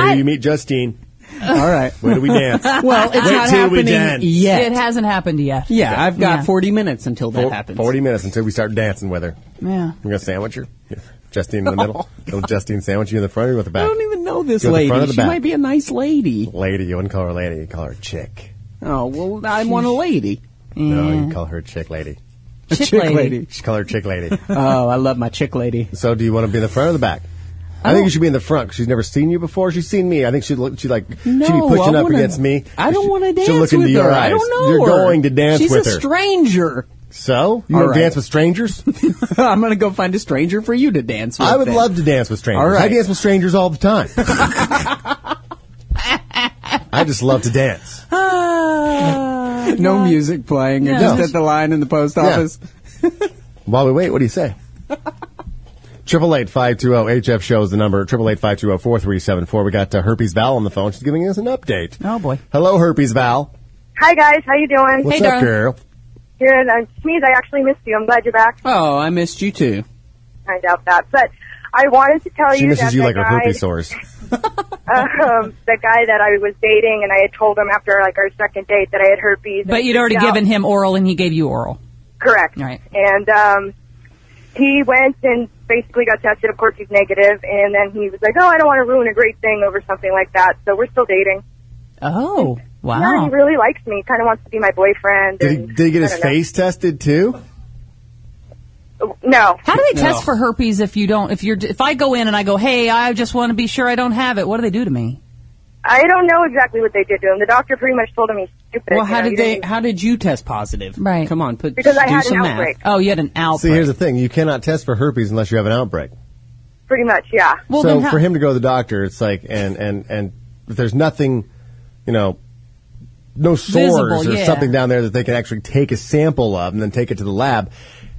Speaker 2: I-
Speaker 3: do you meet Justine?
Speaker 5: All right.
Speaker 3: Where do we dance?
Speaker 5: Well, it's
Speaker 3: Wait
Speaker 5: not
Speaker 3: till we
Speaker 5: happening
Speaker 3: dance.
Speaker 5: yet.
Speaker 2: it hasn't happened yet.
Speaker 5: yeah, I've got
Speaker 2: Yeah.
Speaker 5: 40 minutes until that
Speaker 3: Fo-
Speaker 5: happens.
Speaker 3: Forty minutes until we start dancing with her.
Speaker 2: Yeah.
Speaker 3: We're gonna sandwich her. Yeah. Justine in the middle. Little Justine sandwich you in the front or you in the
Speaker 5: I
Speaker 3: back?
Speaker 5: don't even know this
Speaker 3: Go to the
Speaker 5: lady.
Speaker 3: front or the
Speaker 5: She
Speaker 3: back?
Speaker 5: might be a nice lady.
Speaker 3: Lady, you wouldn't call her lady. You call her chick.
Speaker 5: Oh, well, I want a lady.
Speaker 3: No, you call her chick lady.
Speaker 5: A
Speaker 2: Chick
Speaker 5: chick,
Speaker 2: lady.
Speaker 5: lady.
Speaker 3: You should call her chick lady.
Speaker 5: Oh, I love my chick lady.
Speaker 3: so, do you want to be in the front or the back? I,
Speaker 5: Oh.
Speaker 3: think you should be in the front 'cause she's never seen you before. She's seen me. I think she'd look, she like
Speaker 5: No,
Speaker 3: she'd be pushing
Speaker 5: I
Speaker 3: up
Speaker 5: wanna-
Speaker 3: against me.
Speaker 5: I don't
Speaker 3: She-
Speaker 5: want to dance
Speaker 3: She'll look
Speaker 5: with
Speaker 3: into your
Speaker 5: her.
Speaker 3: eyes.
Speaker 5: I don't know.
Speaker 3: You're
Speaker 5: her.
Speaker 3: going to dance
Speaker 5: She's
Speaker 3: with
Speaker 5: a
Speaker 3: her.
Speaker 5: stranger.
Speaker 3: So you
Speaker 5: All
Speaker 3: gonna
Speaker 5: right.
Speaker 3: dance with strangers?
Speaker 5: I'm gonna go find a stranger for you to dance with.
Speaker 3: I would
Speaker 5: then.
Speaker 3: love to dance with strangers.
Speaker 5: All right.
Speaker 3: I dance with strangers all the time. I just love to dance.
Speaker 2: Ah,
Speaker 5: no
Speaker 2: yeah.
Speaker 5: music playing. You're
Speaker 2: No.
Speaker 5: just at the line in the post office.
Speaker 3: While we wait, what do you say? Triple eight five two zero HF shows the number triple eight five two zero four three seven four. We got uh, herpes Val on the phone. She's giving us an update.
Speaker 2: Oh, boy.
Speaker 3: Hello, herpes Val.
Speaker 6: Hi guys, how you doing?
Speaker 3: What's
Speaker 2: Hey,
Speaker 3: up,
Speaker 2: darling.
Speaker 3: girl?
Speaker 6: Good. I'm Sneeze. I actually missed you. I'm glad you're back.
Speaker 5: Oh, I missed you too.
Speaker 6: I doubt that, but I wanted to tell
Speaker 3: She
Speaker 6: you
Speaker 3: misses
Speaker 6: that
Speaker 3: you
Speaker 6: the
Speaker 3: like her
Speaker 6: guy,
Speaker 3: herpes sores.
Speaker 6: um, the guy that I was dating, and I had told him after like our second date that I had herpes.
Speaker 2: But
Speaker 6: and
Speaker 2: you'd already
Speaker 6: freaked out.
Speaker 2: given him oral, and he gave you oral.
Speaker 6: correct,
Speaker 2: Right.
Speaker 6: And um, he went and basically got tested. Of course, he's negative, and then he was like, "Oh, I don't want to ruin a great thing over something like that." So we're still dating.
Speaker 2: Oh,
Speaker 6: Yeah,
Speaker 2: wow.
Speaker 6: he really likes me. Kind of wants to be my boyfriend.
Speaker 3: Did he,
Speaker 6: and,
Speaker 3: did he get
Speaker 6: I
Speaker 3: his
Speaker 6: don't know.
Speaker 3: face tested too?
Speaker 6: No.
Speaker 2: How do they test for herpes if you don't? If you're, if I go in and I go, hey, I just want to be sure I don't have it. What do they do to me?
Speaker 6: I don't know exactly what they did to him. The doctor pretty much told him he's stupid.
Speaker 5: Well,
Speaker 6: You
Speaker 5: how
Speaker 6: know, you
Speaker 5: did
Speaker 6: don't
Speaker 5: they?
Speaker 6: even-
Speaker 5: How did you test positive?
Speaker 2: Right.
Speaker 5: Come on, put
Speaker 6: Because I
Speaker 5: do
Speaker 6: had
Speaker 5: some
Speaker 6: an
Speaker 5: math.
Speaker 6: outbreak.
Speaker 2: Oh, you had an outbreak.
Speaker 3: See, here's the thing: you cannot test for herpes unless you have an outbreak.
Speaker 6: Pretty much, yeah.
Speaker 2: well,
Speaker 3: so
Speaker 2: then how-
Speaker 3: for him to go to the doctor, it's like and and and if there's nothing, you know, no sores
Speaker 2: Visible,
Speaker 3: or
Speaker 2: yeah.
Speaker 3: something down there that they can actually take a sample of and then take it to the lab.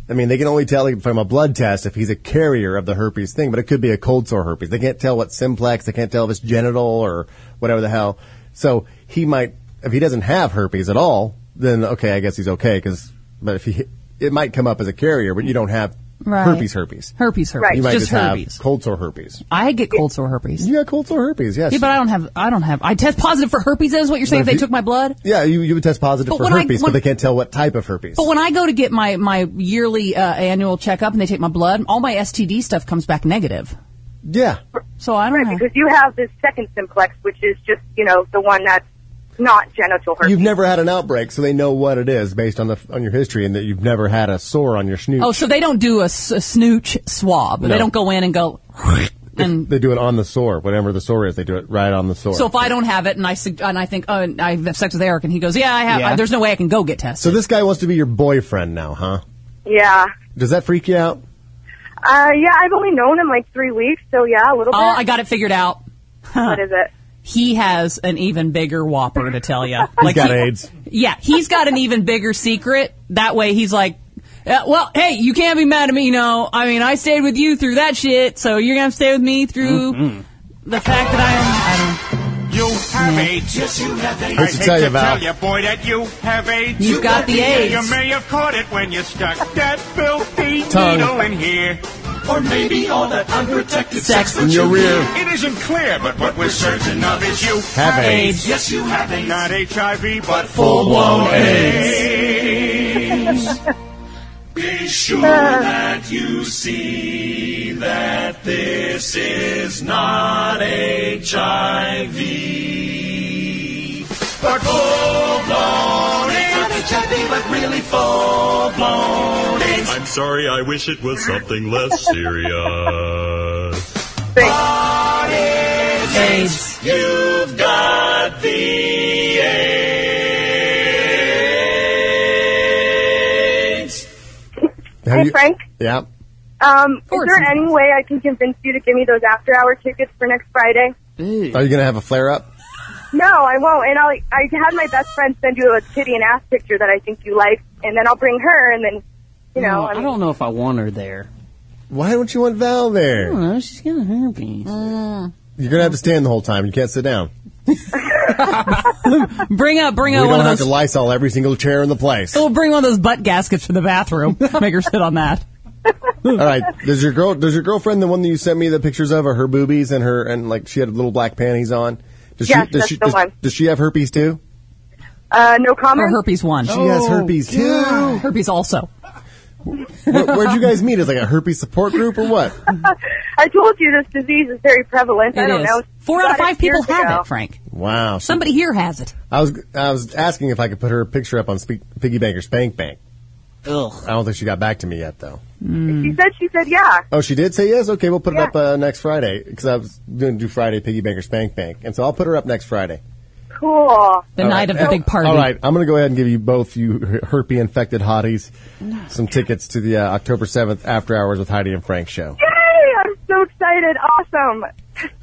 Speaker 3: I mean, they can only tell from a blood test if he's a carrier of the herpes thing, but it could be a cold sore herpes. They can't tell what simplex. They can't tell if it's genital or whatever the hell. So he might, if he doesn't have herpes at all, then okay, I guess he's okay. Because, but if he, it might come up as a carrier, but you don't have
Speaker 2: Right.
Speaker 3: herpes, herpes.
Speaker 2: herpes, herpes,
Speaker 6: Right.
Speaker 3: You might
Speaker 2: just,
Speaker 3: just,
Speaker 2: herpes.
Speaker 3: have cold sore herpes.
Speaker 2: I get cold sore herpes.
Speaker 3: You got cold sore herpes, yes.
Speaker 2: Yeah, but I don't have. I don't have. I test positive for herpes. Is what you're saying? If they
Speaker 3: But if you-
Speaker 2: took my blood.
Speaker 3: Yeah, you, you would test positive
Speaker 2: But
Speaker 3: for
Speaker 2: when I-
Speaker 3: herpes,
Speaker 2: when-
Speaker 3: but they can't tell what type of herpes.
Speaker 2: But when I go to get my my yearly uh, annual checkup and they take my blood, all my STD stuff comes back negative.
Speaker 3: yeah.
Speaker 2: So I don't
Speaker 6: Right,
Speaker 2: have.
Speaker 6: because you have this second simplex, which is just, you know, the one that's not genital herpes.
Speaker 3: You've never had an outbreak, so they know what it is based on the on your history and that you've never had a sore on your snoot.
Speaker 2: Oh, so they don't do a, s- a snooch swab. They
Speaker 3: No.
Speaker 2: don't go in and go. and
Speaker 3: They do it on the sore, whatever the sore is. They do it right on the sore.
Speaker 2: so if I don't have it and I sug- and I think oh and I have sex with Eric and he goes yeah I have
Speaker 5: Yeah.
Speaker 2: there's no way I can go get tested.
Speaker 3: so this guy wants to be your boyfriend now, huh?
Speaker 6: Yeah.
Speaker 3: Does that freak you out?
Speaker 6: Uh, yeah, I've only known him like three weeks, so yeah, a little
Speaker 2: oh
Speaker 6: bit.
Speaker 2: I got it figured out.
Speaker 6: What is it?
Speaker 2: He has an even bigger whopper to tell you. Like
Speaker 3: got
Speaker 2: he-
Speaker 3: AIDS.
Speaker 2: Yeah, he's got an even bigger secret. That way, he's like, uh, well, hey, you can't be mad at me. You know, I mean, I stayed with you through that shit, so you're gonna have to stay with me through
Speaker 3: Mm-hmm.
Speaker 2: the fact that I'm. I don't,
Speaker 7: You have AIDS. Yes, you have AIDS. I
Speaker 3: to
Speaker 7: hate
Speaker 3: tell you,
Speaker 7: to
Speaker 3: Val.
Speaker 7: tell you, boy, that you have AIDS.
Speaker 2: You've got the AIDS.
Speaker 7: You may have caught it when you stuck that filthy
Speaker 3: Tongue.
Speaker 7: needle in here. Or maybe all that unprotected
Speaker 2: Sex.
Speaker 7: that
Speaker 3: In your
Speaker 7: you
Speaker 3: rear.
Speaker 7: did. It isn't clear, but what we're certain of is you
Speaker 3: Have AIDS.
Speaker 7: Yes, you have AIDS. Not HIV, but full-blown AIDS. Be sure that you see that this is not HIV, but full-blown AIDS. HIV, but really full-blown AIDS.
Speaker 8: I'm sorry, I wish it was something less serious.
Speaker 6: Thanks.
Speaker 7: What is
Speaker 2: AIDS.
Speaker 7: You've got the AIDS.
Speaker 3: Have
Speaker 6: Hey,
Speaker 3: you-
Speaker 6: Frank.
Speaker 3: Yeah.
Speaker 6: Um, is
Speaker 2: course.
Speaker 6: there any way I can convince you to give me those after-hour tickets for next Friday?
Speaker 3: Are you gonna have a flare up?
Speaker 6: No, I won't. And I'll, I had my best friend send you a titty and ass picture that I think you like, and then I'll bring her, and then, you know,
Speaker 5: No, I don't know if I want her there.
Speaker 3: Why don't you want Val there?
Speaker 2: Hmm.
Speaker 5: I don't know. She's gonna hurt me.
Speaker 3: You're gonna have to stand the whole time. You can't sit down.
Speaker 2: Bring up, bring
Speaker 3: we
Speaker 2: up
Speaker 3: don't
Speaker 2: one
Speaker 3: have
Speaker 2: of
Speaker 3: to
Speaker 2: those.
Speaker 3: Lysol every single chair in the place.
Speaker 2: We'll bring one of those butt gaskets from the bathroom. Make her sit on that.
Speaker 3: All right. Does your girl? Does your girlfriend the one that you sent me the pictures of are her boobies and her and like she had little black panties on? Does
Speaker 6: Yes,
Speaker 3: she, does
Speaker 6: that's
Speaker 3: she,
Speaker 6: the
Speaker 3: does,
Speaker 6: one.
Speaker 3: does she have herpes too? Oh,
Speaker 6: uh, no
Speaker 2: Or
Speaker 6: comment.
Speaker 2: herpes one.
Speaker 3: She has herpes too.
Speaker 2: Herpes also.
Speaker 3: Where, would you guys meet? Is like a herpes support group or what?
Speaker 6: I told you this disease is very prevalent. I
Speaker 2: It
Speaker 6: don't
Speaker 2: is.
Speaker 6: know.
Speaker 2: Four out of
Speaker 6: Got it
Speaker 2: five people
Speaker 6: years
Speaker 2: have
Speaker 6: ago.
Speaker 2: it, Frank.
Speaker 3: Wow. she-
Speaker 2: Somebody here has it.
Speaker 3: I was I was asking if I could put her picture up on Spe- Piggy Banker's Bank Bank.
Speaker 5: Ugh.
Speaker 3: I don't think she got back to me yet though.
Speaker 6: She
Speaker 2: Hmm.
Speaker 6: said, she said, yeah.
Speaker 3: Oh, she did say yes. Okay, we'll put
Speaker 6: Yeah.
Speaker 3: it up uh, next Friday because I was going to do Friday piggy banker spank bank, and so I'll put her up next Friday.
Speaker 6: Cool.
Speaker 2: The night of the big party.
Speaker 3: All right, I'm going to go ahead and give you both you herpy infected hotties some tickets to the uh, October 7th after hours with Heidi and Frank show.
Speaker 6: Yay! I'm so excited. Awesome.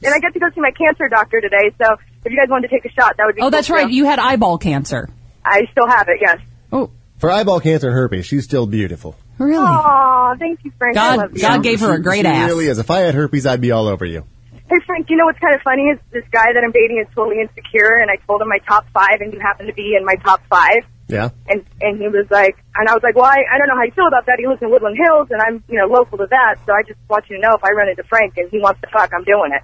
Speaker 6: And I get to go see my cancer doctor today, so if you guys wanted to take a shot, that would be
Speaker 2: Oh,
Speaker 6: cool,
Speaker 2: that's
Speaker 6: too.
Speaker 2: right. You had eyeball cancer.
Speaker 6: I still have it, yes.
Speaker 2: Oh,
Speaker 3: For eyeball cancer and herpes, she's still beautiful.
Speaker 2: really?
Speaker 6: Aw, thank you, Frank. I
Speaker 2: Hmm. God-
Speaker 6: love you.
Speaker 2: God gave her a
Speaker 3: She-
Speaker 2: great
Speaker 3: she
Speaker 2: ass.
Speaker 3: Really is. If I had herpes, I'd be all over you.
Speaker 6: Hey, Frank, you know what's kind of funny is this guy that I'm dating is totally insecure, and I told him my top five, and you happen to be in my top five.
Speaker 3: Yeah.
Speaker 6: And and he was like, and I was like, well, I, I don't know how you feel about that. He lives in Woodland Hills, and I'm you know local to that, so I just want you to know if I run into Frank and he wants to fuck, I'm doing it.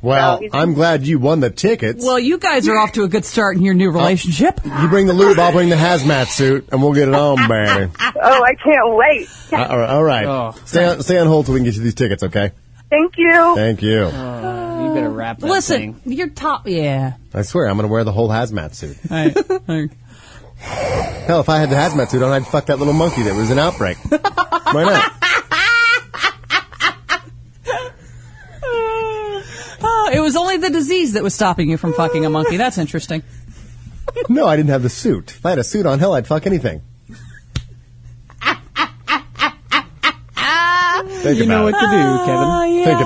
Speaker 3: Well,
Speaker 6: he's-
Speaker 3: I'm glad you won the tickets.
Speaker 2: Well, you guys are off to a good start in your
Speaker 3: Oh,
Speaker 2: new relationship.
Speaker 3: you bring the lube, I'll bring the hazmat suit, and we'll get it on, baby.
Speaker 6: Oh, I can't wait.
Speaker 3: Uh, all right. All right.
Speaker 5: Oh.
Speaker 3: Stay, on, stay on hold till we can get you these tickets, okay?
Speaker 6: Thank you.
Speaker 3: Thank you.
Speaker 5: You better wrap that
Speaker 2: Listen,
Speaker 5: thing.
Speaker 2: your top. Yeah.
Speaker 3: I swear, I'm going to wear the whole hazmat suit.
Speaker 2: Hey.
Speaker 3: Hell, if I had the hazmat suit on, I'd fuck that little monkey that was an outbreak. Why not?
Speaker 2: Oh, it was only the disease that was stopping you from fucking a monkey. That's interesting.
Speaker 3: No, I didn't have the suit. If I had a suit on, hell, I'd fuck anything. Think
Speaker 5: You
Speaker 3: about
Speaker 5: know what
Speaker 3: it.
Speaker 5: to
Speaker 2: Ah,
Speaker 5: do, Kevin.
Speaker 3: Think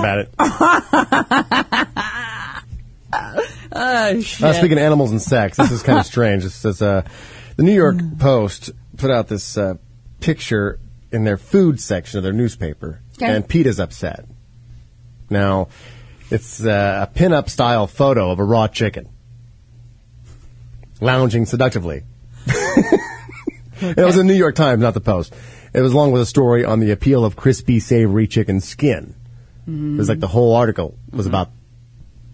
Speaker 3: about it.
Speaker 2: Oh,
Speaker 3: Uh,
Speaker 2: shit.
Speaker 3: speaking of animals and sex, this is kind of strange. This says uh, the New York Post put out this uh, picture in their food section of their newspaper,
Speaker 2: Okay.
Speaker 3: and Pete is upset. Now, it's uh, a pinup style photo of a raw chicken lounging seductively. It was the New York Times, not the Post. It was along with a story on the appeal of crispy, savory chicken skin. It was like the whole article was about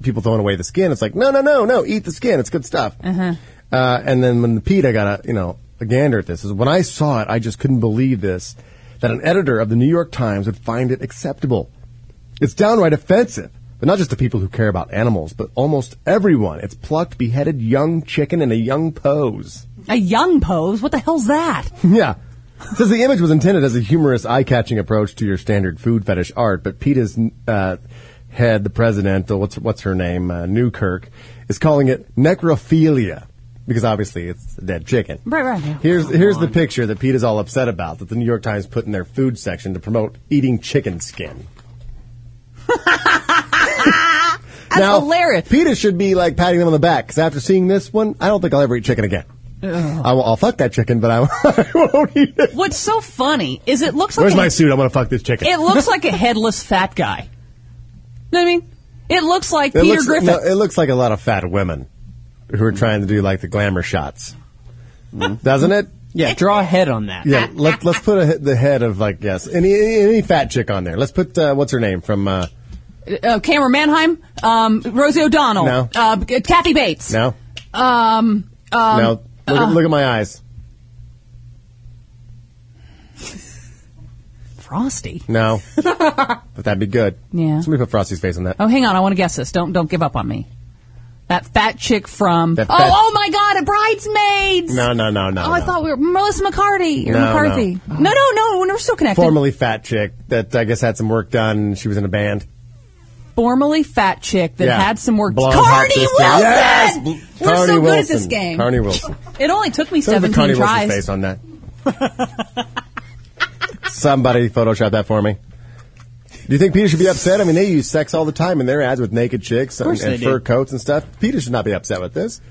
Speaker 3: people throwing away the skin. It's like, no, no, no, no, eat the skin. It's good stuff. Uh-huh. and then when the PETA got a, you know, a gander at this, is when I saw it, I just couldn't believe this, that an editor of the New York Times would find it acceptable. It's downright offensive. But not just to people who care about animals, but almost everyone. It's plucked, beheaded young chicken in a young pose.
Speaker 2: a young pose? What the hell's that?
Speaker 3: Yeah. Says the image was intended as a humorous, eye-catching approach to your standard food fetish art, but PETA's uh, head, the president, uh, what's what's her name, uh, Newkirk, is calling it necrophilia because obviously it's a dead chicken.
Speaker 2: Right, right. Yeah.
Speaker 3: Here's here's the picture that Pete is all upset about that the New York Times put in their food section to promote eating chicken skin.
Speaker 2: That's
Speaker 3: now,
Speaker 2: hilarious.
Speaker 3: Peter should be like patting them on the back because after seeing this one, I don't think I'll ever eat chicken again. I will, I'll fuck that chicken, but I, I won't eat it.
Speaker 2: What's so funny is it looks like
Speaker 3: Where's
Speaker 2: a-
Speaker 3: my suit? I'm gonna fuck this chicken.
Speaker 2: it looks like a headless fat guy. You know what I mean? It looks like
Speaker 3: It
Speaker 2: Peter
Speaker 3: looks,
Speaker 2: Griffin.
Speaker 3: no, it looks like a lot of fat women who are trying to do like the glamour shots, doesn't it?
Speaker 5: Yeah, draw a head on that.
Speaker 3: Yeah. Let, let's put a, the head of like yes, any any any fat chick on there. Let's put uh, what's her name from uh,
Speaker 2: uh, Cameron Manheim, um, Rosie O'Donnell,
Speaker 3: No.
Speaker 2: uh, Kathy Bates.
Speaker 3: now
Speaker 2: Um, um,
Speaker 3: now look, at look at my eyes
Speaker 2: Frosty.
Speaker 3: now, but that'd be good.
Speaker 2: Yeah.
Speaker 3: Somebody put Frosty's face on that.
Speaker 2: Oh, hang on. I want to guess this. Don't don't give up on me. That fat chick from
Speaker 3: That
Speaker 2: oh
Speaker 3: fat-
Speaker 2: oh my god, a bridesmaids.
Speaker 3: No no no no.
Speaker 2: Oh, I
Speaker 3: no.
Speaker 2: thought we were Melissa McCarty or
Speaker 3: No,
Speaker 2: McCarthy. No. no, no, We're still connected.
Speaker 3: formerly fat chick that I guess had some work done. She was in a band.
Speaker 2: Formerly fat chick that
Speaker 3: Yeah.
Speaker 2: had some work.
Speaker 3: Blonde, hot
Speaker 2: Carney
Speaker 3: sister.
Speaker 2: Wilson.
Speaker 3: Yes! Bl-
Speaker 2: We're so
Speaker 3: Carney
Speaker 2: good at this
Speaker 3: Wilson.
Speaker 2: game.
Speaker 3: Carney Wilson.
Speaker 2: It only took me
Speaker 3: Don't put
Speaker 2: seventeen
Speaker 3: Carney
Speaker 2: tries.
Speaker 3: Wilson's face on that. Somebody Photoshop that for me. Do you think Peter should be upset? I mean, they use sex all the time in their ads with naked chicks and,
Speaker 5: course
Speaker 3: and
Speaker 5: they do.
Speaker 3: fur coats and stuff. Peter should not be upset with this.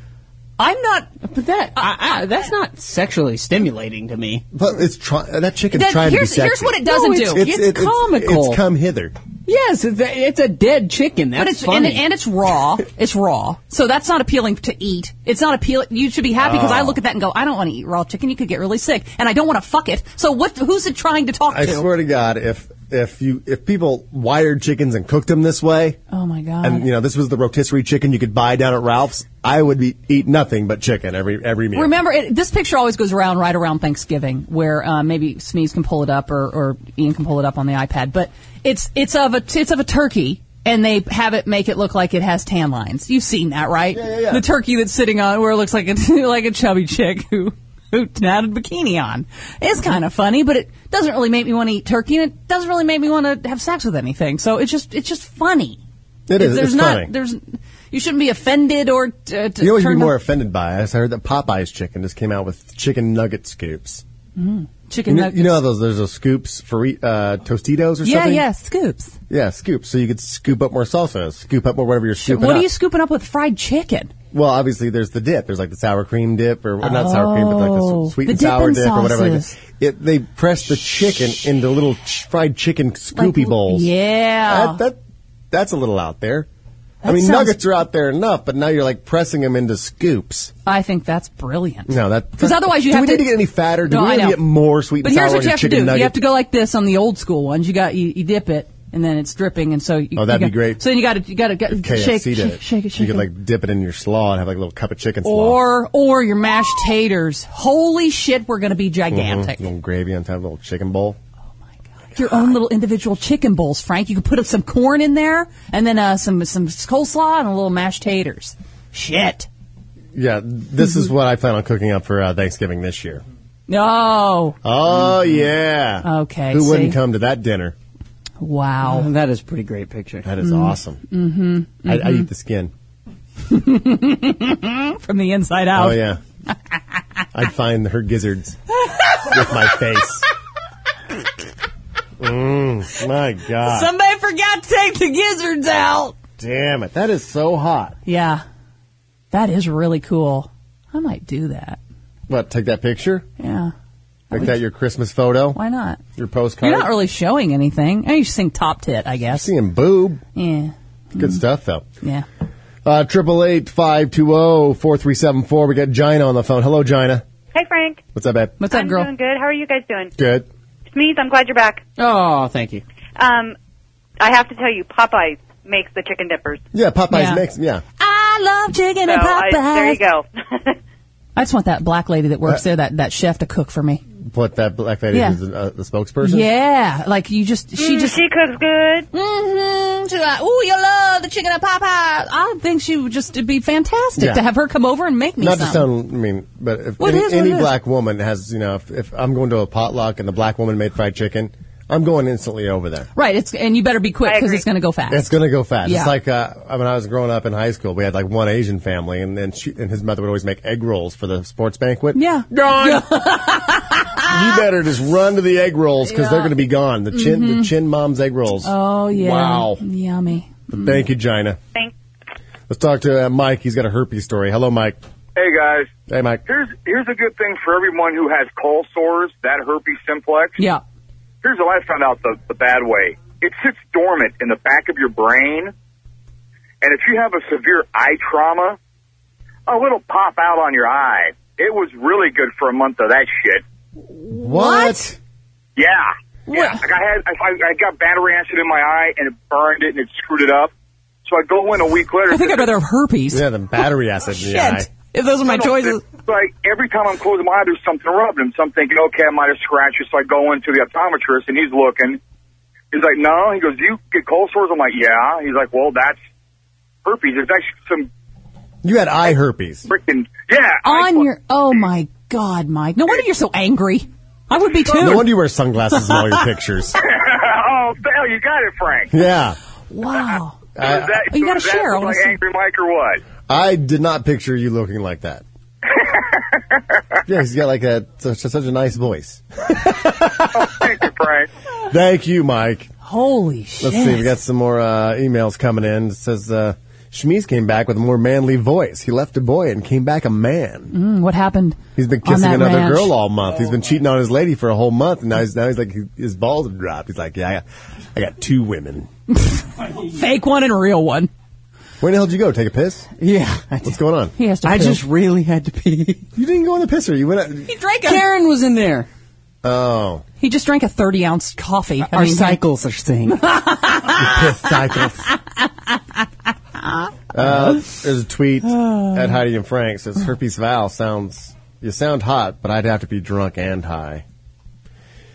Speaker 2: I'm not.
Speaker 5: But that I, I, that's not sexually stimulating to me.
Speaker 3: But it's try- that chicken's
Speaker 2: That-
Speaker 3: trying to be
Speaker 2: here's-
Speaker 3: sexy.
Speaker 2: here's what it doesn't
Speaker 5: No, it's-
Speaker 2: do.
Speaker 5: it's- comical.
Speaker 3: It's come hither.
Speaker 5: Yes, it's a, it's a dead chicken. That's
Speaker 2: But it's and,
Speaker 5: funny.
Speaker 2: it- and it's raw. It's raw, so that's not appealing to eat. It's not appealing. You should be happy because
Speaker 3: Ah.
Speaker 2: I look at that and go, I don't want to eat raw chicken. You could get really sick, and I don't want to fuck it. So what? Who's it trying to talk
Speaker 3: I
Speaker 2: to?
Speaker 3: swear to God, if if you if people wired chickens and cooked them this way,
Speaker 2: Oh my god!
Speaker 3: and you know this was the rotisserie chicken you could buy down at Ralph's, I would be eat nothing but chicken every every meal.
Speaker 2: Remember, it, this picture always goes around right around Thanksgiving, where uh, maybe Smeeze can pull it up or, or Ian can pull it up on the iPad. But it's it's of a it's of a turkey, and they have it make it look like it has tan lines. You've seen that, right?
Speaker 3: Yeah, yeah, yeah.
Speaker 2: The turkey that's sitting on where it looks like a like a chubby chick who who had a bikini on. It's kind of funny, but it doesn't really make me want to eat turkey, and it doesn't really make me want to have sex with anything. So it's just it's just funny.
Speaker 3: It is.
Speaker 2: There's
Speaker 3: It's
Speaker 2: not
Speaker 3: funny.
Speaker 2: there's you shouldn't be offended or uh, t-
Speaker 3: You know what you'd be
Speaker 2: turned
Speaker 3: more
Speaker 2: off-
Speaker 3: offended by? I heard that Popeye's chicken just came out with chicken nugget scoops. You
Speaker 2: chicken.
Speaker 3: know, you
Speaker 2: nuggets.
Speaker 3: know how those there's those scoops for e- uh, Tostitos or
Speaker 2: yeah,
Speaker 3: something.
Speaker 2: yeah, scoops.
Speaker 3: yeah, scoops. So you could scoop up more salsa, scoop up more whatever you're scooping
Speaker 2: what
Speaker 3: up.
Speaker 2: are you scooping up with fried chicken?
Speaker 3: well, obviously there's the dip. There's like the sour cream dip, or well, not sour cream, but like the
Speaker 2: Oh,
Speaker 3: s- sweet
Speaker 2: the
Speaker 3: and sour
Speaker 2: dipping
Speaker 3: dip or whatever. Like
Speaker 2: sauces.
Speaker 3: that. It, they press the chicken into little ch- fried chicken scoopy
Speaker 2: Like,
Speaker 3: bowls.
Speaker 2: Yeah.
Speaker 3: That, that that's a little out there. I
Speaker 2: That
Speaker 3: mean,
Speaker 2: sounds-
Speaker 3: nuggets are out there enough, but now you're like pressing them into scoops.
Speaker 2: I think that's brilliant.
Speaker 3: No, that
Speaker 2: 'Cause otherwise you
Speaker 3: do
Speaker 2: have
Speaker 3: we
Speaker 2: to-
Speaker 3: need to get any fatter? Do
Speaker 2: No,
Speaker 3: we
Speaker 2: I
Speaker 3: need to
Speaker 2: know.
Speaker 3: get more sweet
Speaker 2: But
Speaker 3: and sour
Speaker 2: here's
Speaker 3: on
Speaker 2: what you
Speaker 3: your
Speaker 2: have to
Speaker 3: chicken
Speaker 2: do.
Speaker 3: nugget?
Speaker 2: You have to go like this on the old school ones. You got you, you dip it and then it's dripping, and so you,
Speaker 3: Oh, that'd
Speaker 2: you
Speaker 3: be
Speaker 2: got-
Speaker 3: great.
Speaker 2: So then you got to you got to get,
Speaker 3: KFC
Speaker 2: shake,
Speaker 3: did
Speaker 2: shake,
Speaker 3: it.
Speaker 2: shake it, shake
Speaker 3: you could
Speaker 2: it.
Speaker 3: like dip it in your slaw and have like a little cup of chicken slaw.
Speaker 2: or or your mashed taters. Holy shit, we're gonna be
Speaker 3: Mm-hmm.
Speaker 2: gigantic.
Speaker 3: a Mm, little gravy on top of a little chicken bowl.
Speaker 2: Your own little individual chicken bowls, Frank. You could put up some corn in there, and then uh, some some coleslaw and a little mashed taters. Shit.
Speaker 3: Yeah, this
Speaker 2: Mm-hmm.
Speaker 3: is what I plan on cooking up for uh, Thanksgiving this year.
Speaker 2: No.
Speaker 3: Oh yeah.
Speaker 2: Mm-hmm. Okay,
Speaker 3: Who wouldn't
Speaker 2: see?
Speaker 3: come to that dinner?
Speaker 2: Wow.
Speaker 5: Oh, that is a pretty great picture.
Speaker 3: That is awesome. Mm-hmm. I, I eat the skin.
Speaker 2: From the inside out.
Speaker 3: Oh yeah. I'd find her gizzards with my face. Mm, my God.
Speaker 2: Somebody forgot to take the gizzards out.
Speaker 3: Damn it. That is so hot.
Speaker 2: Yeah. That is really cool. I might do that.
Speaker 3: What, take that picture?
Speaker 2: Yeah.
Speaker 3: Make that your Christmas photo?
Speaker 2: Why not?
Speaker 3: Your postcard?
Speaker 2: You're not really showing anything. I mean, you sing top tit, I guess.
Speaker 3: seeing boob.
Speaker 2: Yeah. Mm-hmm.
Speaker 3: Good stuff, though.
Speaker 2: Yeah.
Speaker 3: Uh, Triple eight five two zero four three seven four. We got Gina on the phone. Hello, Gina.
Speaker 9: Hey, Frank.
Speaker 3: What's up, babe?
Speaker 2: What's up,
Speaker 9: I'm
Speaker 2: girl?
Speaker 9: doing good. How are you guys doing?
Speaker 3: Good.
Speaker 9: Smeeze, I'm glad you're back.
Speaker 5: Oh, thank you.
Speaker 9: Um, I have to tell you, Popeye makes the chicken dippers.
Speaker 3: Yeah, Popeyes
Speaker 2: Yeah.
Speaker 3: makes. Yeah,
Speaker 2: I love chicken
Speaker 9: So
Speaker 2: and
Speaker 9: I,
Speaker 2: Popeyes.
Speaker 9: there you go.
Speaker 2: I just want that black lady that works
Speaker 3: Uh,
Speaker 2: there, that, that chef, to cook for me.
Speaker 3: what that black lady
Speaker 2: Yeah.
Speaker 3: is uh, the spokesperson.
Speaker 2: Yeah. Like, you just,
Speaker 3: Mm.
Speaker 2: she just,
Speaker 9: she cooks good.
Speaker 2: mm-hmm, she's like, ooh, you love the chicken and Popeyes. I think she would just, it'd be fantastic
Speaker 3: Yeah.
Speaker 2: to have her come over and make me
Speaker 3: Not
Speaker 2: some.
Speaker 3: to sound, I mean, but if
Speaker 2: Well, it
Speaker 3: any,
Speaker 2: is what
Speaker 3: any
Speaker 2: it is.
Speaker 3: black woman has, you know, if, if I'm going to a potluck and the black woman made fried chicken, I'm going instantly over there.
Speaker 2: Right. It's and you better be quick
Speaker 9: I
Speaker 2: because
Speaker 9: agree.
Speaker 2: it's going to go fast.
Speaker 3: It's going to go fast.
Speaker 2: Yeah.
Speaker 3: It's like uh, when I was growing up in high school, we had like one Asian family, and then she and his mother would always make egg rolls for the sports banquet.
Speaker 2: Yeah.
Speaker 3: gone. you better just run to the egg rolls because they're
Speaker 2: Yeah. Mm-hmm.
Speaker 3: going to be gone. The chin, the chin mom's egg rolls.
Speaker 2: oh yeah.
Speaker 3: Wow.
Speaker 2: Yummy.
Speaker 3: Thank you, Gina.
Speaker 9: Thank-
Speaker 3: Let's talk to uh, Mike. He's got a herpes story. Hello, Mike.
Speaker 10: Hey guys,
Speaker 3: Hey, Mike.
Speaker 10: here's here's a good thing for everyone who has cold sores, that herpes simplex.
Speaker 2: Yeah.
Speaker 10: Here's what I found out the, the bad way. It sits dormant in the back of your brain, and if you have a severe eye trauma, a little pop out on your eye. It was really good for a month of that shit.
Speaker 3: What?
Speaker 10: Yeah. Yeah. Like I had, I, I got battery acid in my eye, and it burned it, and it screwed it up. So I go in a week later.
Speaker 2: I think I'd rather have herpes.
Speaker 3: Yeah, the battery acid in the eye.
Speaker 2: Shit. If those are my choices.
Speaker 10: It's like every time I'm closing my eye, there's something rubbing. So I'm thinking, okay, I might have scratched it. So I go into the optometrist, and he's looking. He's like, no. He goes, do you get cold sores? I'm like, yeah. He's like, well, that's herpes. There's actually some
Speaker 3: You had eye herpes.
Speaker 10: freaking yeah. I-
Speaker 2: On your. Oh my God, Mike. No wonder you're so angry. I would be
Speaker 3: No
Speaker 2: too.
Speaker 3: wonder you wear sunglasses in all your pictures.
Speaker 10: oh, hell, you got it, Frank.
Speaker 3: Yeah.
Speaker 2: Wow.
Speaker 10: So is that,
Speaker 2: Oh, you
Speaker 10: so
Speaker 2: gotta
Speaker 10: is that
Speaker 2: share, I wanna
Speaker 10: Like
Speaker 2: see.
Speaker 10: angry Mike or what?
Speaker 3: I did not picture you looking like that. yeah, he's got like a such, such a nice voice.
Speaker 10: Thank you, Frank.
Speaker 3: Thank you, Mike.
Speaker 2: Holy shit.
Speaker 3: Let's see, we got some more uh, emails coming in. It says uh, Shmiz came back with a more manly voice. He left a boy and came back a man.
Speaker 2: Mm, what happened?
Speaker 3: He's been
Speaker 2: on
Speaker 3: kissing
Speaker 2: that
Speaker 3: another
Speaker 2: ranch?
Speaker 3: girl all month. He's been cheating on his lady for a whole month, and now he's now he's like he- his balls have dropped. He's like, yeah, I got, I got two women.
Speaker 2: Fake one and a real one.
Speaker 3: Where the hell did you go? Take a piss?
Speaker 5: Yeah.
Speaker 3: What's going on?
Speaker 2: He has to.
Speaker 5: I
Speaker 2: poo.
Speaker 5: just really had to pee.
Speaker 3: You didn't go in the pisser. You went. Out,
Speaker 2: He drank a.
Speaker 5: Karen was in there.
Speaker 3: oh,
Speaker 2: He just drank a thirty ounce coffee. I
Speaker 5: Our
Speaker 2: mean,
Speaker 5: cycles are synced.
Speaker 3: piss cycles. Uh, there's a tweet at Heidi and Frank says herpes Val sounds you sound hot, but I'd have to be drunk and high.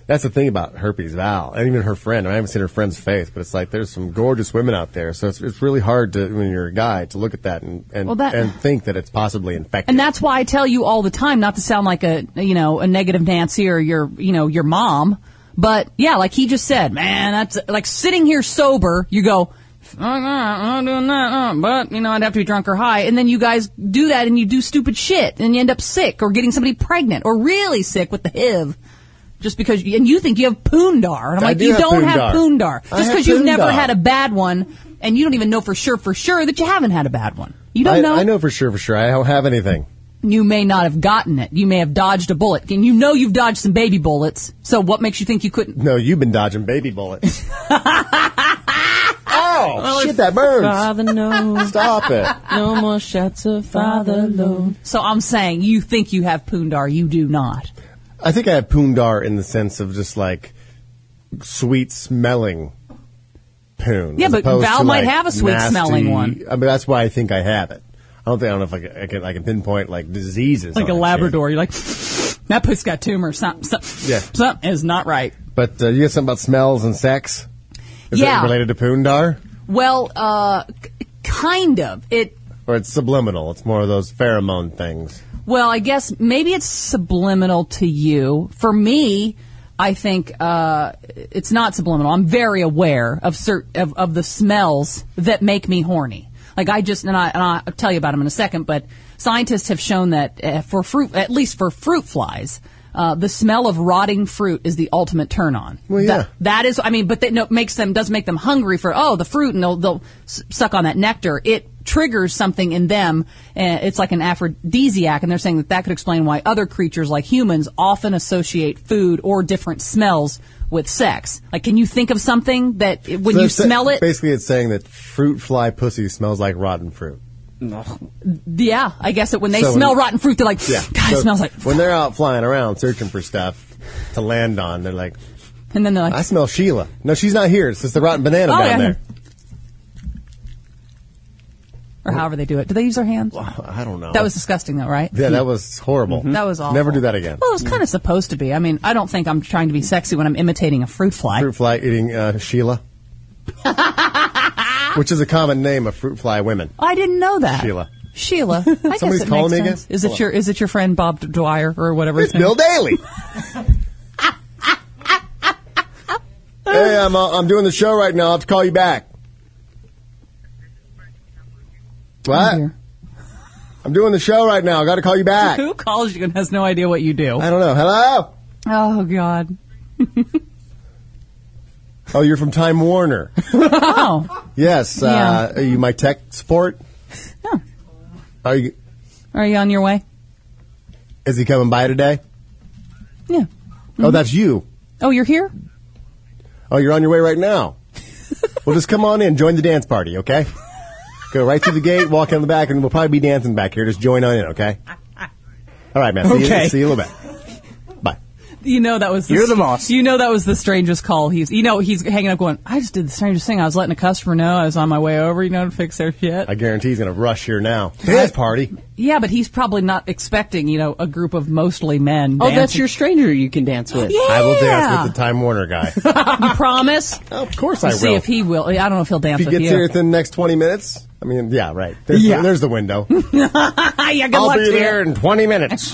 Speaker 3: That's the thing about herpes Val, and even her friend. I, haven't seen her friend's face, but it's like there's some gorgeous women out there, so it's, it's really hard to when you're a guy to look at that and and,
Speaker 2: Well, that-
Speaker 3: and think that it's possibly infected.
Speaker 2: And that's why I tell you all the time not to sound like a you know a negative Nancy or your you know your mom. But yeah, like he just said, man, that's like sitting here sober. You go, "Uh, uh, I'm doing that, uh, but you know I'd have to be drunk or high, and then you guys do that and you do stupid shit and you end up sick or getting somebody pregnant or really sick with the HIV. Just because, you, and you think you have poondar, and I'm
Speaker 3: I
Speaker 2: like,
Speaker 3: do
Speaker 2: you
Speaker 3: have
Speaker 2: don't have
Speaker 3: poondar.
Speaker 2: poondar.
Speaker 3: I
Speaker 2: Just
Speaker 3: have
Speaker 2: because you've never
Speaker 3: poondar.
Speaker 2: had a bad one, and you don't even know for sure, for sure that you haven't had a bad one. You don't
Speaker 3: I,
Speaker 2: know
Speaker 3: I know for sure, for sure. I don't have anything.
Speaker 2: you may not have gotten it. You may have dodged a bullet. And you know you've dodged some baby bullets. So what makes you think you couldn't?
Speaker 3: No, you've been dodging baby bullets. oh shit, that burns!
Speaker 5: no,
Speaker 3: Stop it.
Speaker 5: no more shots of Father Lord.
Speaker 2: So I'm saying you think you have poondar. You do not.
Speaker 3: I think I have poondar in the sense of just like sweet smelling poon.
Speaker 2: Yeah,
Speaker 3: as
Speaker 2: but
Speaker 3: opposed
Speaker 2: Val
Speaker 3: to,
Speaker 2: might
Speaker 3: like,
Speaker 2: have a sweet
Speaker 3: nasty-
Speaker 2: smelling one.
Speaker 3: I mean, that's why I think I have it. I don't think I don't know if I can I can, I can pinpoint like diseases
Speaker 2: Like
Speaker 3: on
Speaker 2: a
Speaker 3: that
Speaker 2: Labrador. You're like, that puss got tumors. Something, something,
Speaker 3: Yeah.
Speaker 2: something is not right.
Speaker 3: shit. But uh, you got something about smells and sex. Is
Speaker 2: Yeah.
Speaker 3: it related to poondar
Speaker 2: Well, uh, k- kind of. It,
Speaker 3: or it's subliminal? It's more of those pheromone things.
Speaker 2: Well, I guess maybe it's subliminal to you. For me, I think uh, it's not subliminal. I'm very aware of, cer- of of the smells that make me horny. Like I just and, I, and I'll tell you about them in a second. But scientists have shown that uh, for fruit, at least for fruit flies. Uh, the smell of rotting fruit is the ultimate turn on.
Speaker 3: Well, yeah.
Speaker 2: That- that is, I mean, but that no, makes them does make them hungry for oh the fruit, and they'll they'll s- suck on that nectar. It triggers something in them. Uh, it's like an aphrodisiac, and they're saying that that could explain why other creatures like humans often associate food or different smells with sex. Like, can you think of something that when
Speaker 3: So
Speaker 2: you
Speaker 3: it's sa-
Speaker 2: smell it?
Speaker 3: basically it's saying that fruit fly pussy smells like rotten fruit.
Speaker 2: Yeah, I guess that when they
Speaker 3: So
Speaker 2: smell
Speaker 3: when-
Speaker 2: rotten fruit, they're like,
Speaker 3: Yeah,
Speaker 2: God,
Speaker 3: So
Speaker 2: it smells like.
Speaker 3: when they're out flying around searching for stuff to land on. They're like,
Speaker 2: And then they're like,
Speaker 3: I smell Sheila. No, she's not here. It's just the rotten banana
Speaker 2: Oh,
Speaker 3: down
Speaker 2: yeah.
Speaker 3: there.
Speaker 2: or however they do it. Do they use their hands?
Speaker 3: I don't know.
Speaker 2: That was disgusting, though, right?
Speaker 3: yeah, that was horrible.
Speaker 2: That was awful.
Speaker 3: Never do that again.
Speaker 2: Well, it was kind of supposed to be. I mean, I don't think I'm trying to be sexy when I'm imitating a fruit fly.
Speaker 3: Fruit fly eating uh, Sheila, which is a common name of fruit fly women.
Speaker 2: I didn't know that.
Speaker 3: Sheila.
Speaker 2: Sheila. I guess
Speaker 3: Somebody's
Speaker 2: it
Speaker 3: calling
Speaker 2: makes
Speaker 3: me
Speaker 2: sense.
Speaker 3: again?
Speaker 2: Is it your is it your friend Bob Dwyer or whatever?
Speaker 3: It's
Speaker 2: his name-
Speaker 3: Bill Daly. hey, I'm, uh, I'm doing the show right now. I'll have to call you back. What? I'm doing the show right now. I got to call you back.
Speaker 2: Who calls you and has no idea what you do?
Speaker 3: I don't know. Hello?
Speaker 2: Oh God.
Speaker 3: Oh, you're from Time Warner.
Speaker 2: oh.
Speaker 3: Yes. Uh, are you my tech support?
Speaker 2: No.
Speaker 3: Are you?
Speaker 2: Are you on your way?
Speaker 3: Is he coming by today?
Speaker 2: Yeah. Mm-hmm.
Speaker 3: Oh, that's you.
Speaker 2: Oh, you're here.
Speaker 3: Oh, you're on your way right now. well, just come on in. Join the dance party, okay? Go right through the gate, walk in the back, and we'll probably be dancing back here. Just join on in, okay? All right, man. See,
Speaker 2: Okay.
Speaker 3: you, see you in a little bit.
Speaker 2: You know that was the,
Speaker 3: You're the
Speaker 2: boss. You know that was the strangest call. He's you know he's hanging up going. I just did the strangest thing. I was letting a customer know I was on my way over. You know to fix their shit.
Speaker 3: I guarantee he's going to rush here now. Dance party.
Speaker 2: Yeah, but he's probably not expecting you know a group of mostly men.
Speaker 3: Oh, that's
Speaker 2: your stranger you can dance with. Yeah.
Speaker 3: I will dance with the Time Warner guy.
Speaker 2: you promise?
Speaker 3: of course I
Speaker 2: See
Speaker 3: will.
Speaker 2: if he will. I don't know if he'll
Speaker 3: If
Speaker 2: dance
Speaker 3: he
Speaker 2: with
Speaker 3: gets
Speaker 2: you.
Speaker 3: here within the next 20 minutes, I mean, yeah, right. There's,
Speaker 2: Yeah.
Speaker 3: there's the window.
Speaker 2: yeah, good
Speaker 3: I'll
Speaker 2: luck
Speaker 3: be
Speaker 2: to you.
Speaker 3: there in 20 minutes.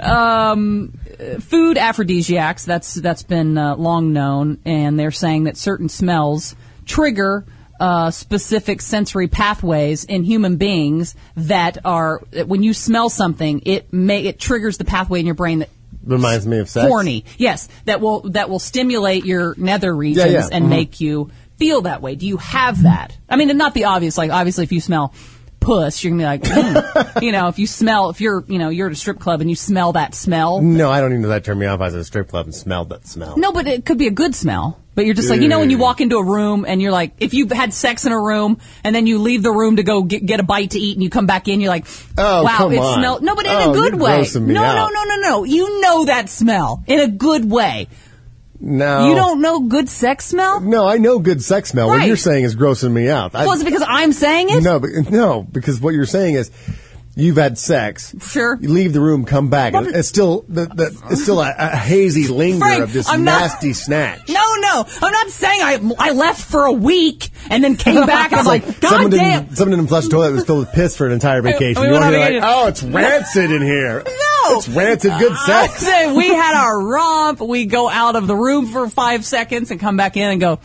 Speaker 2: um, uh, food aphrodisiacs. That's that's been uh, long known, and they're saying that certain smells trigger. Uh, specific sensory pathways in human beings that are that when you smell something, it may it triggers the pathway in your brain that
Speaker 3: Reminds me of sex.
Speaker 2: horny. Yes, that will that will stimulate your nether regions
Speaker 3: yeah.
Speaker 2: and
Speaker 3: Mhm.
Speaker 2: make you feel that way. Do you have that? I mean, and not the obvious. Like obviously, if you smell puss, you're gonna be like, "Mm." you know, if you smell, if you're you know you're at a strip club and you smell that smell.
Speaker 3: No, I don't even know that turned me off. I was at a strip club and smelled that smell.
Speaker 2: No, but it could be a good smell. But you're just like you know when you walk into a room and you're like if you've had sex in a room and then you leave the room to go get, get a bite to eat and you come back in you're like
Speaker 3: Oh,
Speaker 2: wow
Speaker 3: come
Speaker 2: it
Speaker 3: on.
Speaker 2: smelled no but in
Speaker 3: Oh,
Speaker 2: a good
Speaker 3: you're
Speaker 2: way
Speaker 3: grossing me
Speaker 2: no no
Speaker 3: out.
Speaker 2: no no no you know that smell in a good way
Speaker 3: No.
Speaker 2: You don't know good sex smell?
Speaker 3: No, I know good sex smell. What
Speaker 2: Right.
Speaker 3: you're saying is grossing me out. I-
Speaker 2: well, is it because I'm saying it?
Speaker 3: No, but, no, because what you're saying is you've had sex.
Speaker 2: Sure.
Speaker 3: You leave the room, come back, and
Speaker 2: Well,
Speaker 3: it's still the, the, it's still a, a hazy linger
Speaker 2: Frank,
Speaker 3: of this
Speaker 2: I'm not-
Speaker 3: nasty snatch.
Speaker 2: No, no. I'm not saying I I left for a week and then came back and I'm like, God
Speaker 3: someone
Speaker 2: damn.
Speaker 3: Didn't, someone didn't flush the toilet that was filled with piss for an entire vacation.
Speaker 2: we
Speaker 3: you
Speaker 2: went
Speaker 3: want to
Speaker 2: on
Speaker 3: be like,
Speaker 2: vacation.
Speaker 3: oh, it's rancid in here.
Speaker 2: No. Uh,
Speaker 3: It's rancid good
Speaker 2: I
Speaker 3: sex.
Speaker 2: said we had our romp. We go out of the room for five seconds and come back in and go,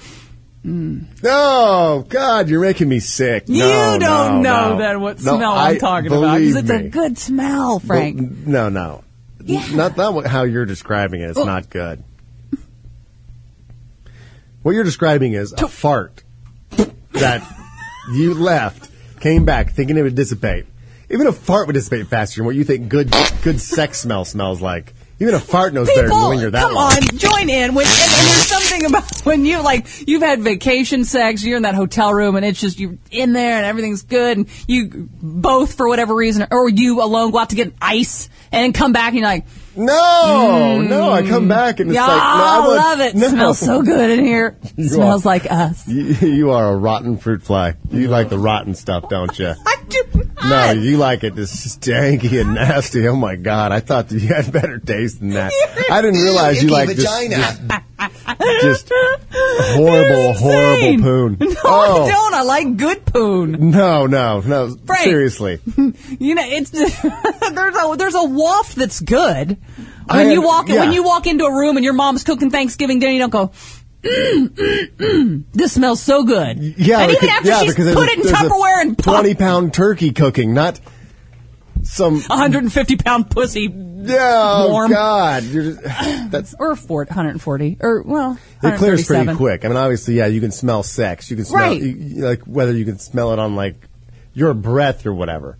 Speaker 3: No, God, you're making me sick.
Speaker 2: you
Speaker 3: No,
Speaker 2: don't
Speaker 3: no,
Speaker 2: know
Speaker 3: no.
Speaker 2: then what
Speaker 3: No,
Speaker 2: smell
Speaker 3: I,
Speaker 2: I'm talking about.
Speaker 3: believe
Speaker 2: it's
Speaker 3: me.
Speaker 2: a good smell, Frank.
Speaker 3: Well, no, no. Not not what- how you're describing it. It's
Speaker 2: Well-
Speaker 3: not good. What you're describing is a fart that you left, came back thinking it would dissipate. Even a fart would dissipate faster than what you think good good sex smell smells like. Even a fart knows better than
Speaker 2: People,
Speaker 3: when you're that
Speaker 2: come
Speaker 3: long.
Speaker 2: on, join in. When, and, and there's something about when you like you've had vacation sex, you're in that hotel room, and it's just you're in there, and everything's good, and you both for whatever reason, or you alone go out to get ice, and come back, and you're like,
Speaker 3: No, no, I come back and it's
Speaker 2: "Yeah,
Speaker 3: like, no, I
Speaker 2: I
Speaker 3: want-
Speaker 2: Mm. love it.
Speaker 3: no."
Speaker 2: Smells so good in here.
Speaker 3: You
Speaker 2: Smells
Speaker 3: are-
Speaker 2: like us."
Speaker 3: You, you are a rotten fruit fly. You like the rotten stuff, don't you? I
Speaker 2: do
Speaker 3: No, you like it just stanky and nasty. Oh my god, I thought that you had better taste than that. I didn't realize you
Speaker 11: Icky
Speaker 3: like just,
Speaker 11: vagina.
Speaker 3: just, just horrible, horrible poon. Oh,
Speaker 2: No, I Oh, don't. I like good poon.
Speaker 3: No, no, no.
Speaker 2: Frank.
Speaker 3: Seriously.
Speaker 2: You know, it's there's a there's a waft that's good.
Speaker 3: I
Speaker 2: When you
Speaker 3: am-
Speaker 2: walk
Speaker 3: yeah.
Speaker 2: when you walk into a room and your mom's cooking Thanksgiving dinner, you don't go. "Mm, mm, mm, this smells so good.
Speaker 3: Yeah,
Speaker 2: and
Speaker 3: because,
Speaker 2: even after
Speaker 3: yeah,
Speaker 2: she's
Speaker 3: because
Speaker 2: put it
Speaker 3: there's a-
Speaker 2: in
Speaker 3: there's a
Speaker 2: Tupperware and pop,
Speaker 3: 20 pound turkey cooking, not some
Speaker 2: 150 pound pussy.
Speaker 3: Yeah, oh
Speaker 2: warm.
Speaker 3: god. You're just, that's
Speaker 2: or 4, 140 or well,
Speaker 3: It clears pretty
Speaker 2: 137.
Speaker 3: quick. I mean, obviously, yeah, you can smell sex. You can smell
Speaker 2: Right.
Speaker 3: you- you- like whether you can smell it on like your breath or whatever.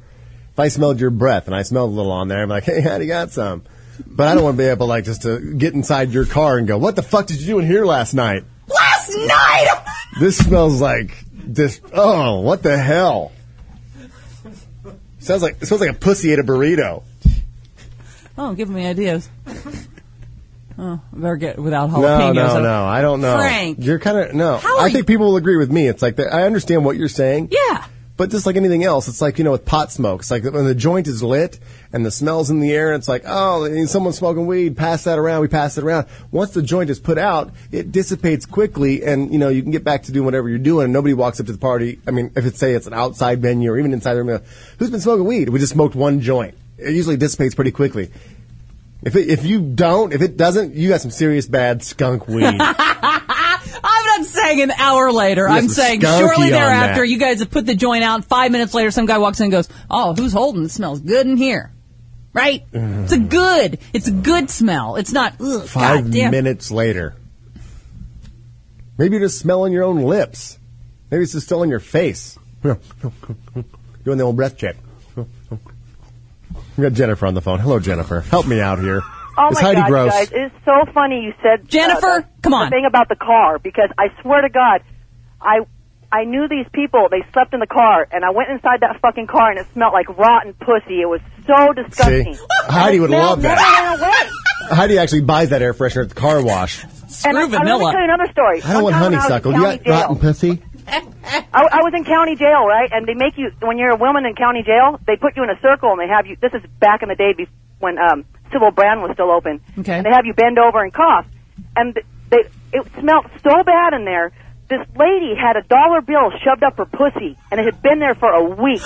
Speaker 3: If I smelled your breath and I smelled a little on there, I'm like, hey, how do you got some? But I don't want to be able like just to get inside your car and go, what the fuck did you do in here last night?
Speaker 2: Last night.
Speaker 3: This smells like this. Oh, what the hell? Sounds like it smells like a pussy ate a burrito.
Speaker 2: Oh, give me ideas. Oh, I better get without
Speaker 3: No,
Speaker 2: jalapenos.
Speaker 3: no, no. I don't know.
Speaker 2: Frank.
Speaker 3: You're kind of no.
Speaker 2: How
Speaker 3: I
Speaker 2: are
Speaker 3: think people will agree with me. It's like that. I understand what you're saying.
Speaker 2: Yeah.
Speaker 3: But just like anything else, it's like you know with pot smoke. It's like when the joint is lit and the smells in the air. It's like oh, someone's smoking weed. Pass that around. We pass it around. Once the joint is put out, it dissipates quickly, and you know you can get back to doing whatever you're doing. And nobody walks up to the party. I mean, if it's say it's an outside venue or even inside the room, who's been smoking weed? We just smoked one joint. It usually dissipates pretty quickly. If it, if you don't, if it doesn't, you got some serious bad skunk weed.
Speaker 2: saying an hour later.
Speaker 3: You got
Speaker 2: I'm
Speaker 3: some
Speaker 2: saying
Speaker 3: skunky
Speaker 2: shortly
Speaker 3: on
Speaker 2: thereafter,
Speaker 3: that.
Speaker 2: you guys have put the joint out. Five minutes later, some guy walks in and goes, "Oh, who's holding? It smells good in here." Right? It's a good. It's a good smell. It's not. Ugh,
Speaker 3: Five
Speaker 2: goddamn.
Speaker 3: minutes later. Maybe you're just smelling your own lips. Maybe it's just still in your face. Doing the old breath check. We got Jennifer on the phone. Hello, Jennifer. Help me out here.
Speaker 6: Oh
Speaker 3: it's
Speaker 6: my
Speaker 3: Heidi
Speaker 6: God,
Speaker 3: Gross.
Speaker 6: guys! It's so funny you said uh,
Speaker 2: Jennifer, come on.
Speaker 6: The thing about the car because I swear to God, I I knew these people. They slept in the car, and I went inside that fucking car, and it smelled like rotten pussy. It was so disgusting.
Speaker 3: See? Heidi would
Speaker 6: It
Speaker 3: love
Speaker 6: smelled-
Speaker 3: that.
Speaker 6: No, no, no, wait.
Speaker 3: Heidi actually buys that air freshener at the car wash.
Speaker 6: and I, I'll
Speaker 3: vanilla.
Speaker 6: tell you another story.
Speaker 3: I don't want
Speaker 6: One time when I was
Speaker 3: honeysuckle.
Speaker 6: in
Speaker 3: You
Speaker 6: county
Speaker 3: got rotten
Speaker 6: jail.
Speaker 3: pussy?
Speaker 6: I, I was in county jail, right? And they make you when you're a woman in county jail, they put you in a circle and they have you. This is back in the day be- when um, Sybil Brand was still open.
Speaker 2: Okay.
Speaker 6: And they have you bend over and cough, and th- they it smelled so bad in there. This lady had a dollar bill shoved up her pussy, and it had been there for a week.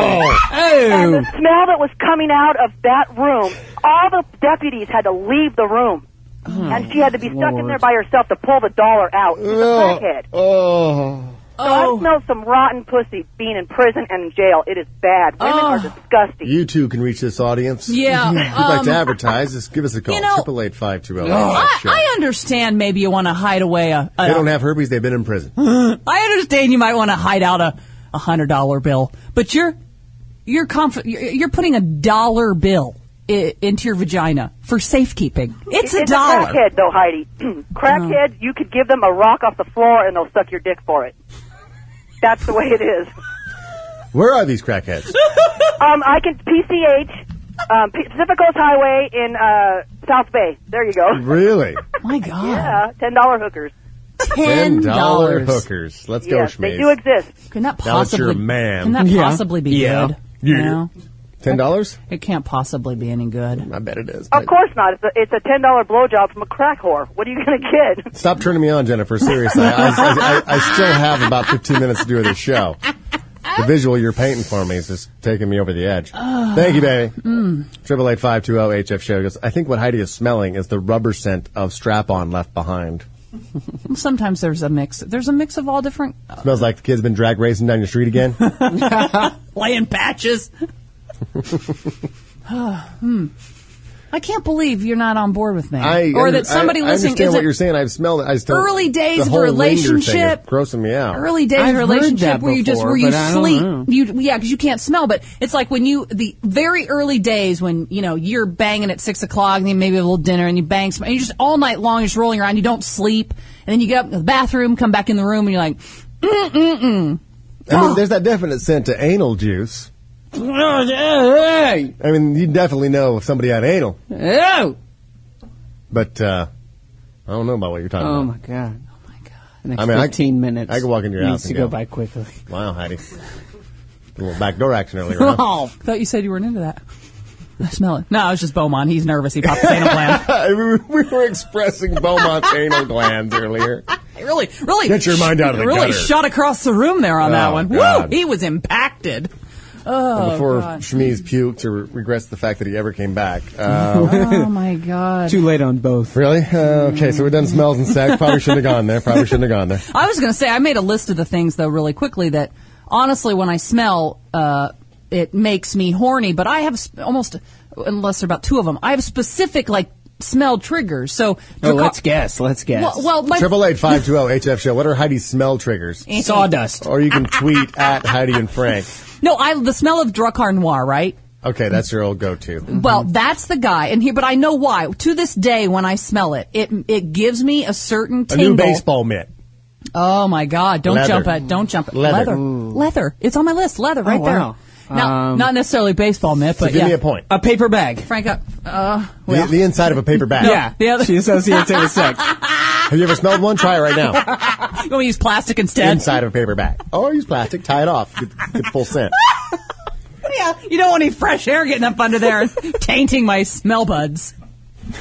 Speaker 6: And the smell that was coming out of that room, all the deputies had to leave the room. and she had to be stuck in
Speaker 12: Lord.
Speaker 6: there by herself to pull the dollar out. She's a
Speaker 12: Ugh.
Speaker 6: crackhead.
Speaker 3: Oh.
Speaker 6: So I smell some rotten pussy being in prison and in jail. It is bad. Women
Speaker 2: Oh.
Speaker 6: are disgusting.
Speaker 3: You too can reach this audience.
Speaker 2: Yeah,
Speaker 3: If you'd like to
Speaker 2: um,
Speaker 3: advertise, just give us a call.
Speaker 2: you know-
Speaker 3: Triple eight five two zero.
Speaker 2: I, I understand maybe you want to hide away a. a
Speaker 3: They don't have herpes. They've been in prison.
Speaker 2: I understand you might want to hide out a, a hundred dollar bill, but you're you're conf- you're you're putting a dollar bill I- into your vagina for safekeeping. It's a dollar. Oh.
Speaker 6: crackhead, though, Heidi. crackhead, you could give them a rock off the floor and they'll suck your dick for it. That's the way it is.
Speaker 3: Where are these crackheads?
Speaker 6: Um, I can PCH, um, Pacific Coast Highway in uh, South Bay. There you go.
Speaker 3: Really?
Speaker 2: My God.
Speaker 6: Yeah, ten dollar hookers.
Speaker 3: Ten dollar hookers. Let's go,
Speaker 6: Yes,
Speaker 3: Schmaze.
Speaker 6: they do exist.
Speaker 2: Can that
Speaker 3: Now it's
Speaker 2: possibly?
Speaker 3: your man.
Speaker 2: Can that
Speaker 3: Yeah.
Speaker 2: possibly be
Speaker 3: Yeah.
Speaker 2: good?
Speaker 3: Yeah.
Speaker 2: No.
Speaker 3: Ten dollars?
Speaker 2: It can't possibly be any good.
Speaker 3: I bet it is.
Speaker 6: Of course not. It's a, it's a ten dollar blowjob from a crack whore. What are you gonna get?
Speaker 3: Stop turning me on, Jennifer. Seriously, I, I, I, I still have about 15 minutes to do this show. The visual you're painting for me is just taking me over the edge. Thank you, baby.
Speaker 2: Mm.
Speaker 3: Triple eight five two zero HF show goes. I think what Heidi is smelling is the rubber scent of strap-on left behind.
Speaker 2: Sometimes there's a mix. There's a mix of all different
Speaker 3: Smells like the kid's been drag racing down your street again.
Speaker 2: laying patches. hmm. I can't believe you're not on board with me,
Speaker 3: I
Speaker 2: or
Speaker 3: under-
Speaker 2: that somebody
Speaker 3: I,
Speaker 2: listening
Speaker 3: I understand
Speaker 2: is
Speaker 3: what
Speaker 2: it-
Speaker 3: you're saying. I've smelled it. I still
Speaker 2: Early days
Speaker 3: the
Speaker 2: of a
Speaker 3: whole linger thing is
Speaker 2: relationship.
Speaker 3: grossing me out.
Speaker 2: early days
Speaker 3: I've
Speaker 2: of
Speaker 3: heard
Speaker 2: relationship
Speaker 3: that
Speaker 2: where you just
Speaker 3: before,
Speaker 2: where you
Speaker 3: but I don't
Speaker 2: sleep
Speaker 3: know.
Speaker 2: you yeah because you can't smell but it's like when you the very early days when you know you're banging at six o'clock and then maybe a little dinner and you bang some, and you're just all night long just rolling around you don't sleep and then you get up in the bathroom come back in the room and you're like mm mm mm
Speaker 3: I mean, there's that definite scent to anal juice. I mean, you definitely know if somebody had anal.
Speaker 5: Oh.
Speaker 3: But uh, I don't know about what you're talking
Speaker 5: Oh
Speaker 3: about.
Speaker 5: my god. The next
Speaker 3: I mean, I-
Speaker 5: 15 minutes.
Speaker 3: I could walk into your house
Speaker 5: needs to
Speaker 3: and
Speaker 5: go
Speaker 3: go.
Speaker 5: by quickly.
Speaker 3: Wow, Heidi. A little backdoor action earlier. huh?
Speaker 2: thought you said you weren't into that I smell it Oh. no it's just Beaumont he's nervous he popped his anal gland
Speaker 3: we were- we were expressing Beaumont's anal glands earlier.
Speaker 2: really really
Speaker 3: Get your mind out of the
Speaker 2: really
Speaker 3: gutter.
Speaker 2: shot across the room there on
Speaker 3: Oh,
Speaker 2: that one
Speaker 3: God.
Speaker 2: Woo! he was impacted oh
Speaker 3: Before
Speaker 2: God.
Speaker 3: Shmiz puked to re- regrets the fact that he ever came back. Um,
Speaker 2: oh my god
Speaker 3: late on both. Really? Uh, okay, so we're done smells and sex. Probably shouldn't have gone there. Probably shouldn't have gone there.
Speaker 2: I was going to say I made a list of the things though really quickly that honestly when I smell uh, it makes me horny. But I have sp- almost unless there are about two of them. I have specific like smell triggers. So
Speaker 5: Oh, let's guess. Let's guess.
Speaker 2: Well, well, my-
Speaker 3: Triple eight five two zero HF show. What are Heidi's smell triggers?
Speaker 2: Sawdust.
Speaker 3: Or you can tweet at Heidi and Frank.
Speaker 2: no, I the smell of Dracar Noir, right?
Speaker 3: Okay, that's your old go-to.
Speaker 2: Well, that's the guy, and here, but I know why. To this day, when I smell it, it it gives me a certain
Speaker 3: a
Speaker 2: tingle.
Speaker 3: new baseball mitt.
Speaker 2: Oh my God! Don't
Speaker 3: Leather.
Speaker 2: jump at! Don't jump at
Speaker 3: Leather.
Speaker 2: Leather.
Speaker 3: Ooh.
Speaker 2: Leather. It's on my list. Leather right
Speaker 3: Oh,
Speaker 2: there.
Speaker 3: wow.
Speaker 2: Now,
Speaker 3: Um,
Speaker 2: not necessarily baseball mitt,
Speaker 3: So
Speaker 2: but
Speaker 3: give
Speaker 2: yeah.
Speaker 3: me a point.
Speaker 5: A paper bag.
Speaker 2: Frank, uh, uh,
Speaker 3: The- the, inside of a paper bag.
Speaker 2: No, the other- She associates it with
Speaker 3: sex. Have you ever smelled one? Try it right now.
Speaker 2: you want to use plastic instead?
Speaker 3: Inside of a paper bag. Or use plastic. Tie it off. Get, get full scent.
Speaker 2: Yeah, you don't want any fresh air getting up under there and tainting my smell buds.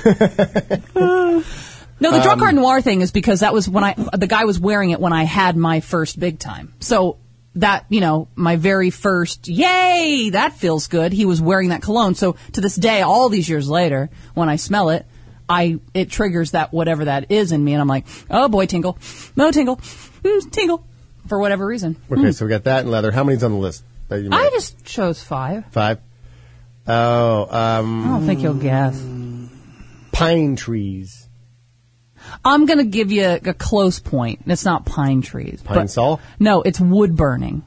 Speaker 2: No, the
Speaker 12: Um,
Speaker 2: Drakkar Noir thing is because that was when I the guy was wearing it when I had my first big time. So that you know my very first yay that feels good. He was wearing that cologne. So to this day, all these years later, when I smell it, I it triggers that whatever that is in me, and I'm like, oh boy, tingle, no tingle, mm, tingle, for whatever reason.
Speaker 3: Okay,
Speaker 2: Mm.
Speaker 3: so we got that and leather. How many's on the list? That you made?
Speaker 2: I just chose five.
Speaker 3: Five. Oh, um,
Speaker 2: I don't think you'll guess.
Speaker 3: Pine trees.
Speaker 2: I'm gonna give you a, a close point. It's not pine trees.
Speaker 3: Pine saw?
Speaker 2: No, it's wood burning.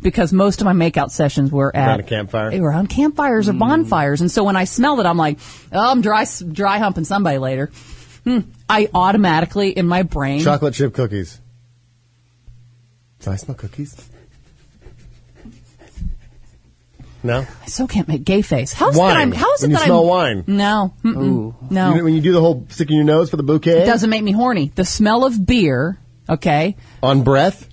Speaker 2: Because most of my makeout sessions were at
Speaker 3: Around a campfire?
Speaker 2: They were on campfires or bonfires, and so when I smelled it, I'm like, oh, I'm dry dry humping somebody later. Hmm. I automatically in my brain.
Speaker 3: Chocolate chip cookies. Do I smell cookies? No.
Speaker 2: I still can't make gay face. How is it that
Speaker 3: Wine.
Speaker 2: I'm? How is it
Speaker 3: When you
Speaker 2: that
Speaker 3: smell
Speaker 2: I'm?
Speaker 3: wine.
Speaker 2: No. Mm-mm. No.
Speaker 3: You know, when you do the whole sticking your nose for the bouquet
Speaker 2: It doesn't make me horny. The smell of beer, okay,
Speaker 3: on breath.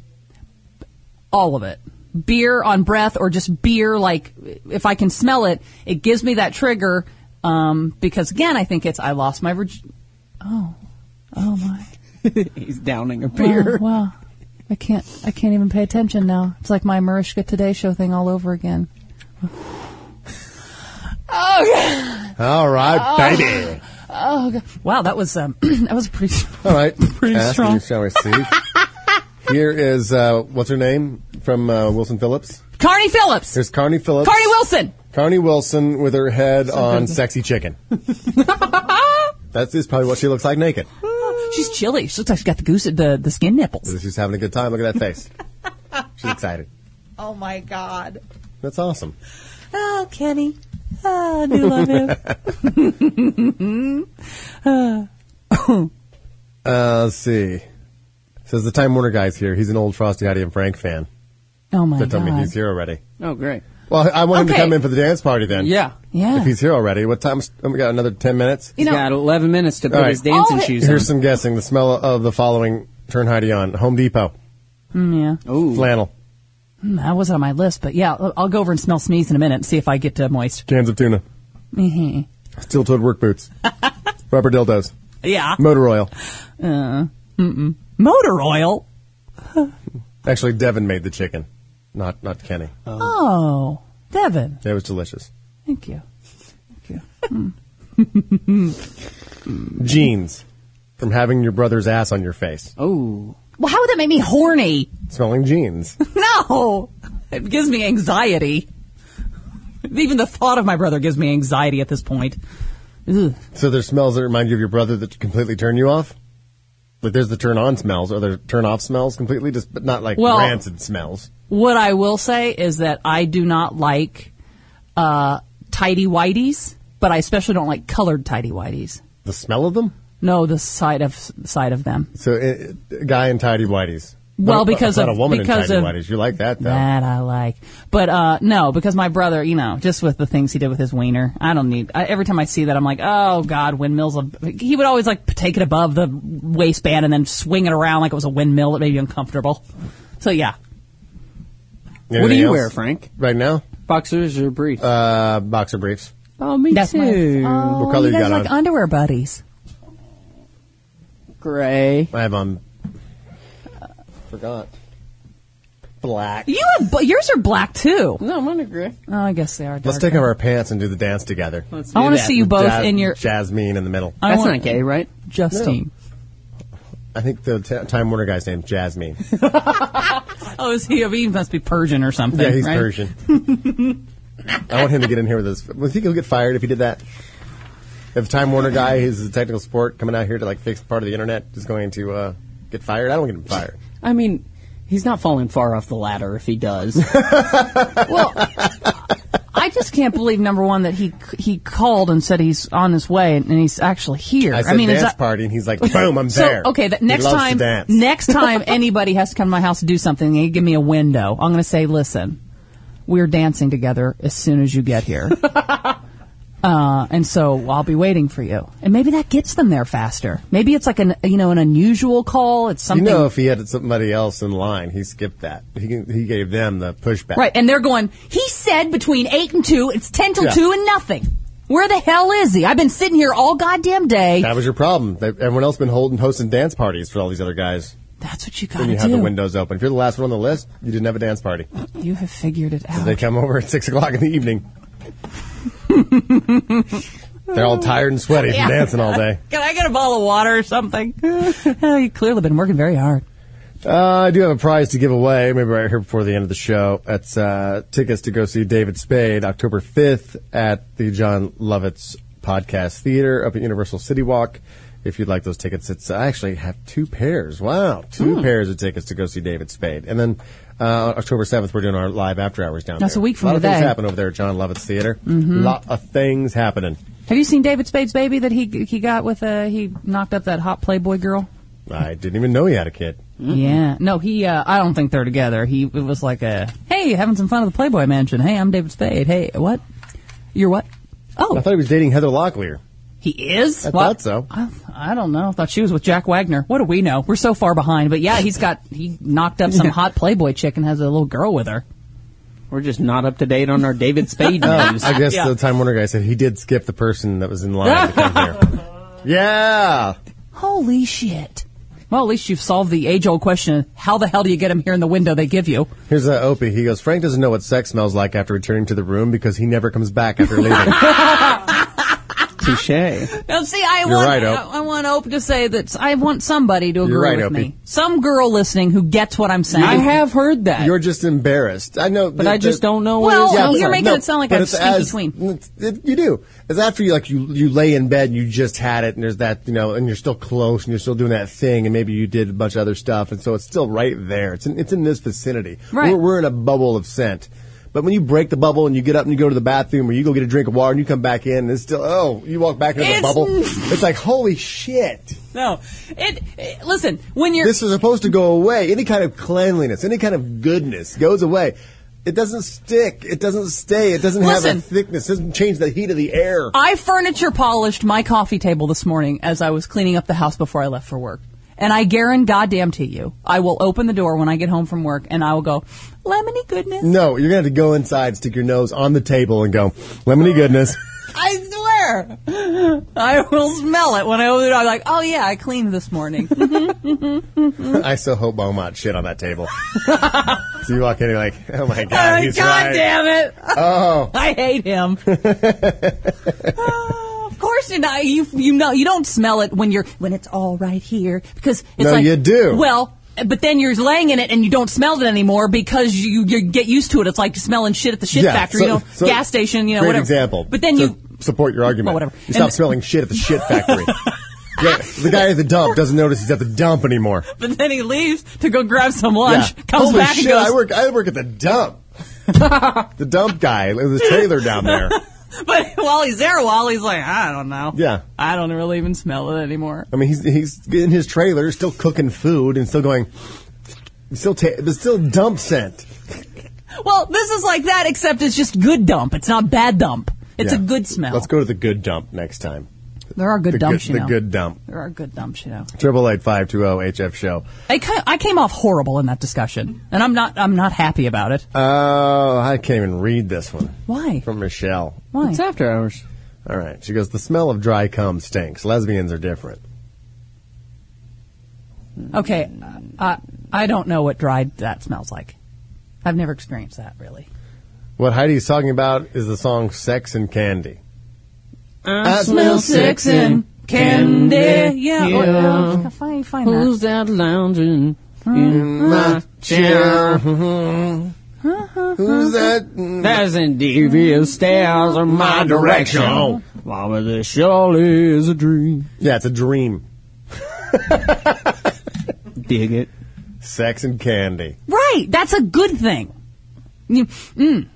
Speaker 2: all of it. Beer on breath or just beer, like if I can smell it, it gives me that trigger. Um, because again, I think it's I lost my virg. Oh, oh my!
Speaker 5: He's downing a beer.
Speaker 2: Wow, wow. I can't. I can't even pay attention now. It's like my Mariska Today Show thing all over again. Oh, God.
Speaker 3: All right,
Speaker 2: Oh.
Speaker 3: baby.
Speaker 2: oh God. wow! That was um, that was pretty.
Speaker 3: All right. Pretty
Speaker 2: strong.
Speaker 3: shall receive. Here is uh, what's her name from uh, Wilson Phillips.
Speaker 2: Carney Phillips.
Speaker 3: Here's Carney Phillips.
Speaker 2: Carney Wilson.
Speaker 3: Carney Wilson with her head on
Speaker 2: good.
Speaker 3: sexy chicken. That's is probably what she looks like naked.
Speaker 2: She's chilly. She looks like she's got the goose, the the skin nipples.
Speaker 3: She's having a good time. Look at that face. She's excited.
Speaker 2: Oh my God.
Speaker 3: That's awesome.
Speaker 2: Oh, Kenny. Oh, I do love him.
Speaker 3: Uh, let's see. Says the Time Warner guy's here. He's an old Frosty Heidi and Frank fan.
Speaker 2: oh my
Speaker 3: That
Speaker 2: God.
Speaker 3: told me he's here already.
Speaker 5: Oh, great.
Speaker 3: Well, I want him
Speaker 2: Okay.
Speaker 3: to come in for the dance party then.
Speaker 5: Yeah.
Speaker 2: Yeah.
Speaker 3: If he's here already, what time? Oh, we got another ten minutes.
Speaker 5: He's got 11 minutes to put
Speaker 3: All right.
Speaker 5: his dancing
Speaker 2: All hi-
Speaker 5: shoes
Speaker 3: Here's some guessing. The smell of the following turn Heidi on Home Depot
Speaker 2: Mm, yeah.
Speaker 5: on. Ooh.
Speaker 3: flannel
Speaker 2: Mm, that wasn't on my list, but yeah, I'll I'll go over and smell sneeze in a minute and see if I get uh, moist.
Speaker 3: cans of tuna
Speaker 2: hmm
Speaker 3: steel toed work boots rubber dildos
Speaker 2: Yeah.
Speaker 3: motor oil.
Speaker 2: Uh, mm-mm. Motor oil.
Speaker 3: Actually, Devin made the chicken, not not Kenny.
Speaker 2: Oh, Devin.
Speaker 3: It was delicious.
Speaker 2: Thank you.
Speaker 3: Jeans from having your brother's ass on your face.
Speaker 5: Oh.
Speaker 2: Well, how would that make me horny?
Speaker 3: Smelling jeans.
Speaker 2: No, it gives me anxiety. Even the thought of my brother gives me anxiety at this point. Ugh.
Speaker 3: so there's smells that remind you of your brother that completely turn you off. Like there's the turn on smells or the turn off smells completely, just but not like
Speaker 2: Well-
Speaker 3: rancid smells.
Speaker 2: What I will say is that I do not like uh, tidy whities, but I especially don't like colored tidy whities.
Speaker 3: The smell of them.
Speaker 2: No, the sight of sight of them.
Speaker 3: So uh, a guy in tidy whities.
Speaker 2: Well,
Speaker 3: What a-
Speaker 2: because
Speaker 3: what
Speaker 2: of-
Speaker 3: a woman
Speaker 2: because
Speaker 3: in
Speaker 2: of-
Speaker 3: tidy whities. You like that though.
Speaker 2: That I like, but uh, no, because my brother, you know, just with the things he did with his wiener, I don't need. I, every time I see that, I'm like, oh god, windmills. a- He would always like take it above the waistband and then swing it around like it was a windmill. It made me uncomfortable. So yeah,
Speaker 5: What do
Speaker 3: Anything
Speaker 5: you
Speaker 3: else?
Speaker 5: wear, Frank?
Speaker 3: right now?
Speaker 5: Boxers or briefs?
Speaker 3: Uh, boxer briefs.
Speaker 5: oh, me
Speaker 2: that's
Speaker 5: too.
Speaker 2: my. Oh,
Speaker 3: What color
Speaker 2: you
Speaker 3: you
Speaker 2: guys
Speaker 3: got
Speaker 2: like
Speaker 3: on?
Speaker 2: underwear buddies?
Speaker 5: Gray.
Speaker 3: I have on. Forgot. Black.
Speaker 2: You have, bu- yours are black too.
Speaker 5: No, I'm on a gray.
Speaker 2: Oh, I guess they are. Dark.
Speaker 3: Let's take off our pants and do the dance together.
Speaker 5: Let's
Speaker 2: I
Speaker 5: do
Speaker 2: want to
Speaker 5: that.
Speaker 2: see you both
Speaker 3: Jas-
Speaker 2: in your.
Speaker 3: Jasmine in the middle.
Speaker 2: I
Speaker 5: That's
Speaker 2: want-
Speaker 5: not gay, right?
Speaker 2: Justine.
Speaker 3: I think the t- Time Warner guy's name's Jasmine.
Speaker 2: Oh, is he? He must be Persian or something.
Speaker 3: yeah, he's
Speaker 2: right?
Speaker 3: Persian. I want him to get in here with us. Well, think he'll get fired if he did that? If Time Warner guy, who's a technical support, coming out here to like fix part of the internet, is going to uh, get fired? I don't want to get him fired.
Speaker 5: I mean, he's not falling far off the ladder if he does.
Speaker 2: Well, I just can't believe number one that he he called and said he's on his way and he's actually here.
Speaker 3: I said
Speaker 2: mean,
Speaker 3: dance
Speaker 2: is that,
Speaker 3: party, and he's like, boom, I'm
Speaker 2: so
Speaker 3: there.
Speaker 2: okay. That
Speaker 3: He
Speaker 2: next
Speaker 3: loves to
Speaker 2: time,
Speaker 3: dance.
Speaker 2: next time anybody has to come to my house to do something, they give me a window. I'm going to say, listen, we're dancing together as soon as you get here. Uh, and so I'll be waiting for you, and maybe that gets them there faster. Maybe it's like an you know an unusual call. It's
Speaker 3: You
Speaker 2: something
Speaker 3: know, if he had somebody else in line, he skipped that. He he gave them the pushback.
Speaker 2: Right, and they're going, he said between 8 and 2, it's 10 till
Speaker 3: Yeah.
Speaker 2: 2 and nothing. Where the hell is he? I've been sitting here all goddamn day.
Speaker 3: That was your problem. They- Everyone else been holding hosting dance parties for all these other guys.
Speaker 2: That's what you
Speaker 3: When
Speaker 2: gotta
Speaker 3: you have the
Speaker 2: do.
Speaker 3: windows open, if you're the last one on the list, you didn't have a dance party.
Speaker 2: You have figured it out.
Speaker 3: They come over at six o'clock in the evening. They're all tired and sweaty
Speaker 2: Yeah.
Speaker 3: from dancing all day.
Speaker 2: Can I get a bottle of water or something? oh, you clearly been working very hard.
Speaker 3: Uh, I do have a prize to give away, maybe right here before the end of the show. That's uh, tickets to go see David Spade October 5th at the John Lovitz Podcast Theater up at Universal City Walk. If you'd like those tickets, it's I actually have two pairs. Wow, two pairs of tickets to go see David Spade. And then uh, October 7th, we're doing our live after hours down
Speaker 2: That's a
Speaker 3: there.
Speaker 2: week from
Speaker 3: lot of
Speaker 2: today.
Speaker 3: things happen over there at John Lovitz Theater.
Speaker 2: Mhm.
Speaker 3: lot of things happening.
Speaker 2: Have you seen David Spade's baby that he he got with uh he knocked up that hot Playboy girl?
Speaker 3: I didn't even know he had a kid.
Speaker 2: Yeah. No, he. Uh, I don't think they're together. He it was like a hey, having some fun at the Playboy Mansion. Hey, I'm David Spade. Hey, what? You're what? Oh,
Speaker 3: I thought he was dating Heather Locklear.
Speaker 2: He is.
Speaker 3: I
Speaker 2: Well,
Speaker 3: thought so.
Speaker 2: I, I don't know. I thought she was with Jack Wagner. What do we know? We're so far behind. But yeah, he's got he knocked up some hot Playboy chick and has a little girl with her.
Speaker 5: We're just not up to date on our David Spade
Speaker 3: Oh,
Speaker 5: news.
Speaker 3: I guess the Time Warner guy said he did skip the person that was in line to come here. Yeah.
Speaker 2: Holy shit. Well, at least you've solved the age-old question: How the hell do you get him here in the window they give you?
Speaker 3: Here's uh, Opie. He goes, Frank doesn't know what sex smells like after returning to the room because he never comes back after leaving.
Speaker 5: Touche.
Speaker 2: Now, see, I
Speaker 3: You're
Speaker 2: want
Speaker 3: right,
Speaker 2: I,
Speaker 3: Ope.
Speaker 2: I want Ope to say that I want somebody to agree
Speaker 3: You're right,
Speaker 2: with
Speaker 3: Opie.
Speaker 2: me. Some girl listening who gets what I'm saying.
Speaker 5: heard that.
Speaker 3: You're just embarrassed. I know,
Speaker 2: But I just don't know what Well, it sounds you're like. making it sound like
Speaker 3: but
Speaker 2: I'm
Speaker 3: it's
Speaker 2: sneaky
Speaker 3: as- it's- it- you do. It's after you like you you lay in bed and you just had it, and there's that you know, and you're still close, and you're still doing that thing, and maybe you did a bunch of other stuff, and so it's still right there. It's in, it's in this vicinity.
Speaker 2: Right.
Speaker 3: We're, we're in a bubble of scent. But when you break the bubble and you get up and you go to the bathroom or you go get a drink of water and you come back in and it's still oh you walk back into the
Speaker 2: It's-
Speaker 3: bubble it's like holy shit
Speaker 2: No, it, it- Listen, when you're
Speaker 3: this is supposed to go away. Any kind of cleanliness, any kind of goodness goes away. It doesn't stick. It doesn't stay. It doesn't have
Speaker 2: Listen.
Speaker 3: a thickness. It doesn't change the heat of the air.
Speaker 2: I furniture polished my coffee table this morning as I was cleaning up the house before I left for work. And I guarantee goddamn to you, I will open the door when I get home from work and I will go, lemony goodness.
Speaker 3: No, you're gonna have to go inside, stick your nose on the table, and go lemony goodness.
Speaker 2: I swear. I will smell it when I open the door. I'm like, oh yeah, I cleaned this morning.
Speaker 3: I so hope Beaumont shit on that table. so you walk in, you're like, oh my god,
Speaker 2: Oh,
Speaker 3: he's
Speaker 2: God
Speaker 3: right.
Speaker 2: damn it.
Speaker 3: Oh.
Speaker 2: I hate him. Oh, of course you're not. You, you know, you don't smell it when you're, when it's all right here. Because it's
Speaker 3: No,
Speaker 2: like,
Speaker 3: you do.
Speaker 2: Well, but then you're laying in it and you don't smell it anymore because you, you get used to it. It's like smelling shit at the shit
Speaker 3: Yeah,
Speaker 2: factory,
Speaker 3: so-
Speaker 2: you know,
Speaker 3: so-
Speaker 2: gas station, you know,
Speaker 3: great
Speaker 2: whatever.
Speaker 3: example.
Speaker 2: But then
Speaker 3: So
Speaker 2: you,
Speaker 3: support your argument.
Speaker 2: Well, whatever.
Speaker 3: You stop
Speaker 2: And-
Speaker 3: smelling shit at the shit factory. Yeah, the guy at the dump doesn't notice he's at the dump anymore.
Speaker 2: but then he leaves to go grab some lunch,
Speaker 3: Yeah.
Speaker 2: comes
Speaker 3: Holy
Speaker 2: back
Speaker 3: shit,
Speaker 2: and goes,
Speaker 3: I work. I work at the dump. the dump guy, the trailer down there.
Speaker 2: but while he's there, while he's like, I don't know.
Speaker 3: Yeah.
Speaker 2: I don't really even smell it anymore.
Speaker 3: I mean, he's he's in his trailer, still cooking food, and still going. Still, ta- but still dump scent.
Speaker 2: Well, this is like that, except it's just good dump. It's not bad dump. It's
Speaker 3: Yeah.
Speaker 2: a good smell.
Speaker 3: Let's go to the good dump next time.
Speaker 2: There are good
Speaker 3: the
Speaker 2: dumps,
Speaker 3: good,
Speaker 2: you
Speaker 3: the
Speaker 2: know.
Speaker 3: good dump.
Speaker 2: There are good dumps, you know.
Speaker 3: Triple eight five two zero HF show.
Speaker 2: I, ca- I came off horrible in that discussion, and I'm not I'm not happy about it.
Speaker 3: Oh, I can't even read this one.
Speaker 2: Why?
Speaker 3: From Michelle.
Speaker 2: Why?
Speaker 5: It's after hours.
Speaker 3: All right. She goes, the smell of dry cum stinks. Lesbians are different.
Speaker 2: Okay, I I don't know what dried that smells like. I've never experienced that really.
Speaker 3: What Heidi's talking about is the song Sex and Candy.
Speaker 2: I smell sex and candy. Yeah. Or, um, I find, find that.
Speaker 5: Who's that lounging in
Speaker 3: my
Speaker 5: my chair?
Speaker 3: Who's that?
Speaker 5: Thousand devious stares in my direction. Mama, this surely is a dream.
Speaker 3: Yeah, it's a dream.
Speaker 5: Dig it.
Speaker 3: Sex and candy.
Speaker 2: Right. That's a good thing. You- mm.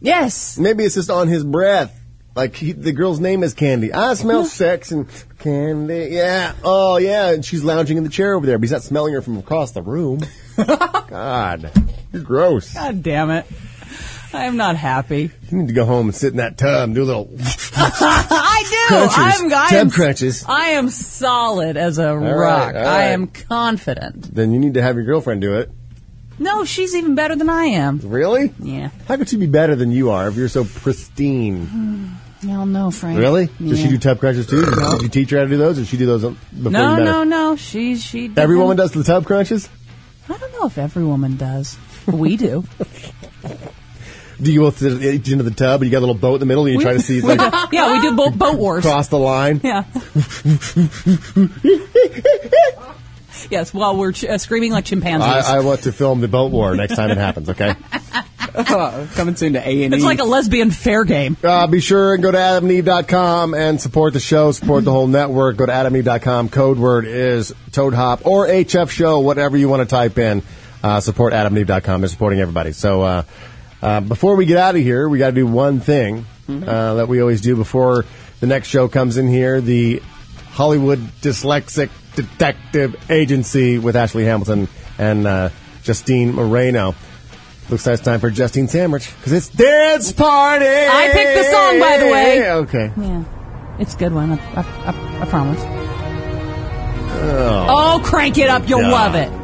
Speaker 2: Yes.
Speaker 3: Maybe it's just on his breath. Like he, the girl's name is Candy. I smell sex and candy. Yeah. Oh yeah. And she's lounging in the chair over there, but he's not smelling her from across the room. God, you're gross.
Speaker 2: God damn it. I'm not happy.
Speaker 3: You need to go home and sit in that tub and do a little.
Speaker 2: I do.
Speaker 3: Crunches.
Speaker 2: I'm, I
Speaker 3: Tub
Speaker 2: am,
Speaker 3: crunches.
Speaker 2: I am solid as a
Speaker 3: right,
Speaker 2: rock.
Speaker 3: all
Speaker 2: I
Speaker 3: right.
Speaker 2: am confident.
Speaker 3: then you need to have your girlfriend do it.
Speaker 2: No, she's even better than I am.
Speaker 3: Really?
Speaker 2: Yeah.
Speaker 3: How could she be better than you are if you're so pristine?
Speaker 2: Y'all know, Frank.
Speaker 3: Really? Does
Speaker 2: Mm.
Speaker 3: she
Speaker 2: Yeah.
Speaker 3: do tub crunches too? Did you teach her how to do those, or did she do those before
Speaker 2: No,
Speaker 3: you met her?
Speaker 2: no, no. She, she. did
Speaker 3: Every
Speaker 2: them-
Speaker 3: woman does the tub crunches.
Speaker 2: I don't know if every woman does. We do.
Speaker 3: do you both each into the tub and you got a little boat in the middle and you try to see
Speaker 2: We-
Speaker 3: like,
Speaker 2: yeah, we did boat, boat wars.
Speaker 3: cross the line?
Speaker 2: Yeah. yes, while we're ch- uh, screaming like chimpanzees.
Speaker 3: I, I want to film the boat war next time it happens. Okay.
Speaker 4: Coming soon to A and E.
Speaker 2: it's like a lesbian fair game.
Speaker 3: Uh, be sure and go to adamneve.com and support the show, support the whole network. Go to adamneve.com. Code word is Toad Hop or HF Show, whatever you want to type in. Uh, support adamneve.com. They're supporting everybody. So uh, uh, before we get out of here, we got to do one thing uh, that we always do before the next show comes in here the Hollywood Dyslexic Detective Agency with Ashley Hamilton and uh, Justine Moreno. Looks like it's time for Justine Sandwich because it's dance party.
Speaker 2: I picked the song, by the way.
Speaker 3: Okay.
Speaker 2: Yeah, it's a good one. I, I, I, I promise.
Speaker 3: Oh,
Speaker 2: Oh, crank it up. You'll
Speaker 3: Yeah.
Speaker 2: love it.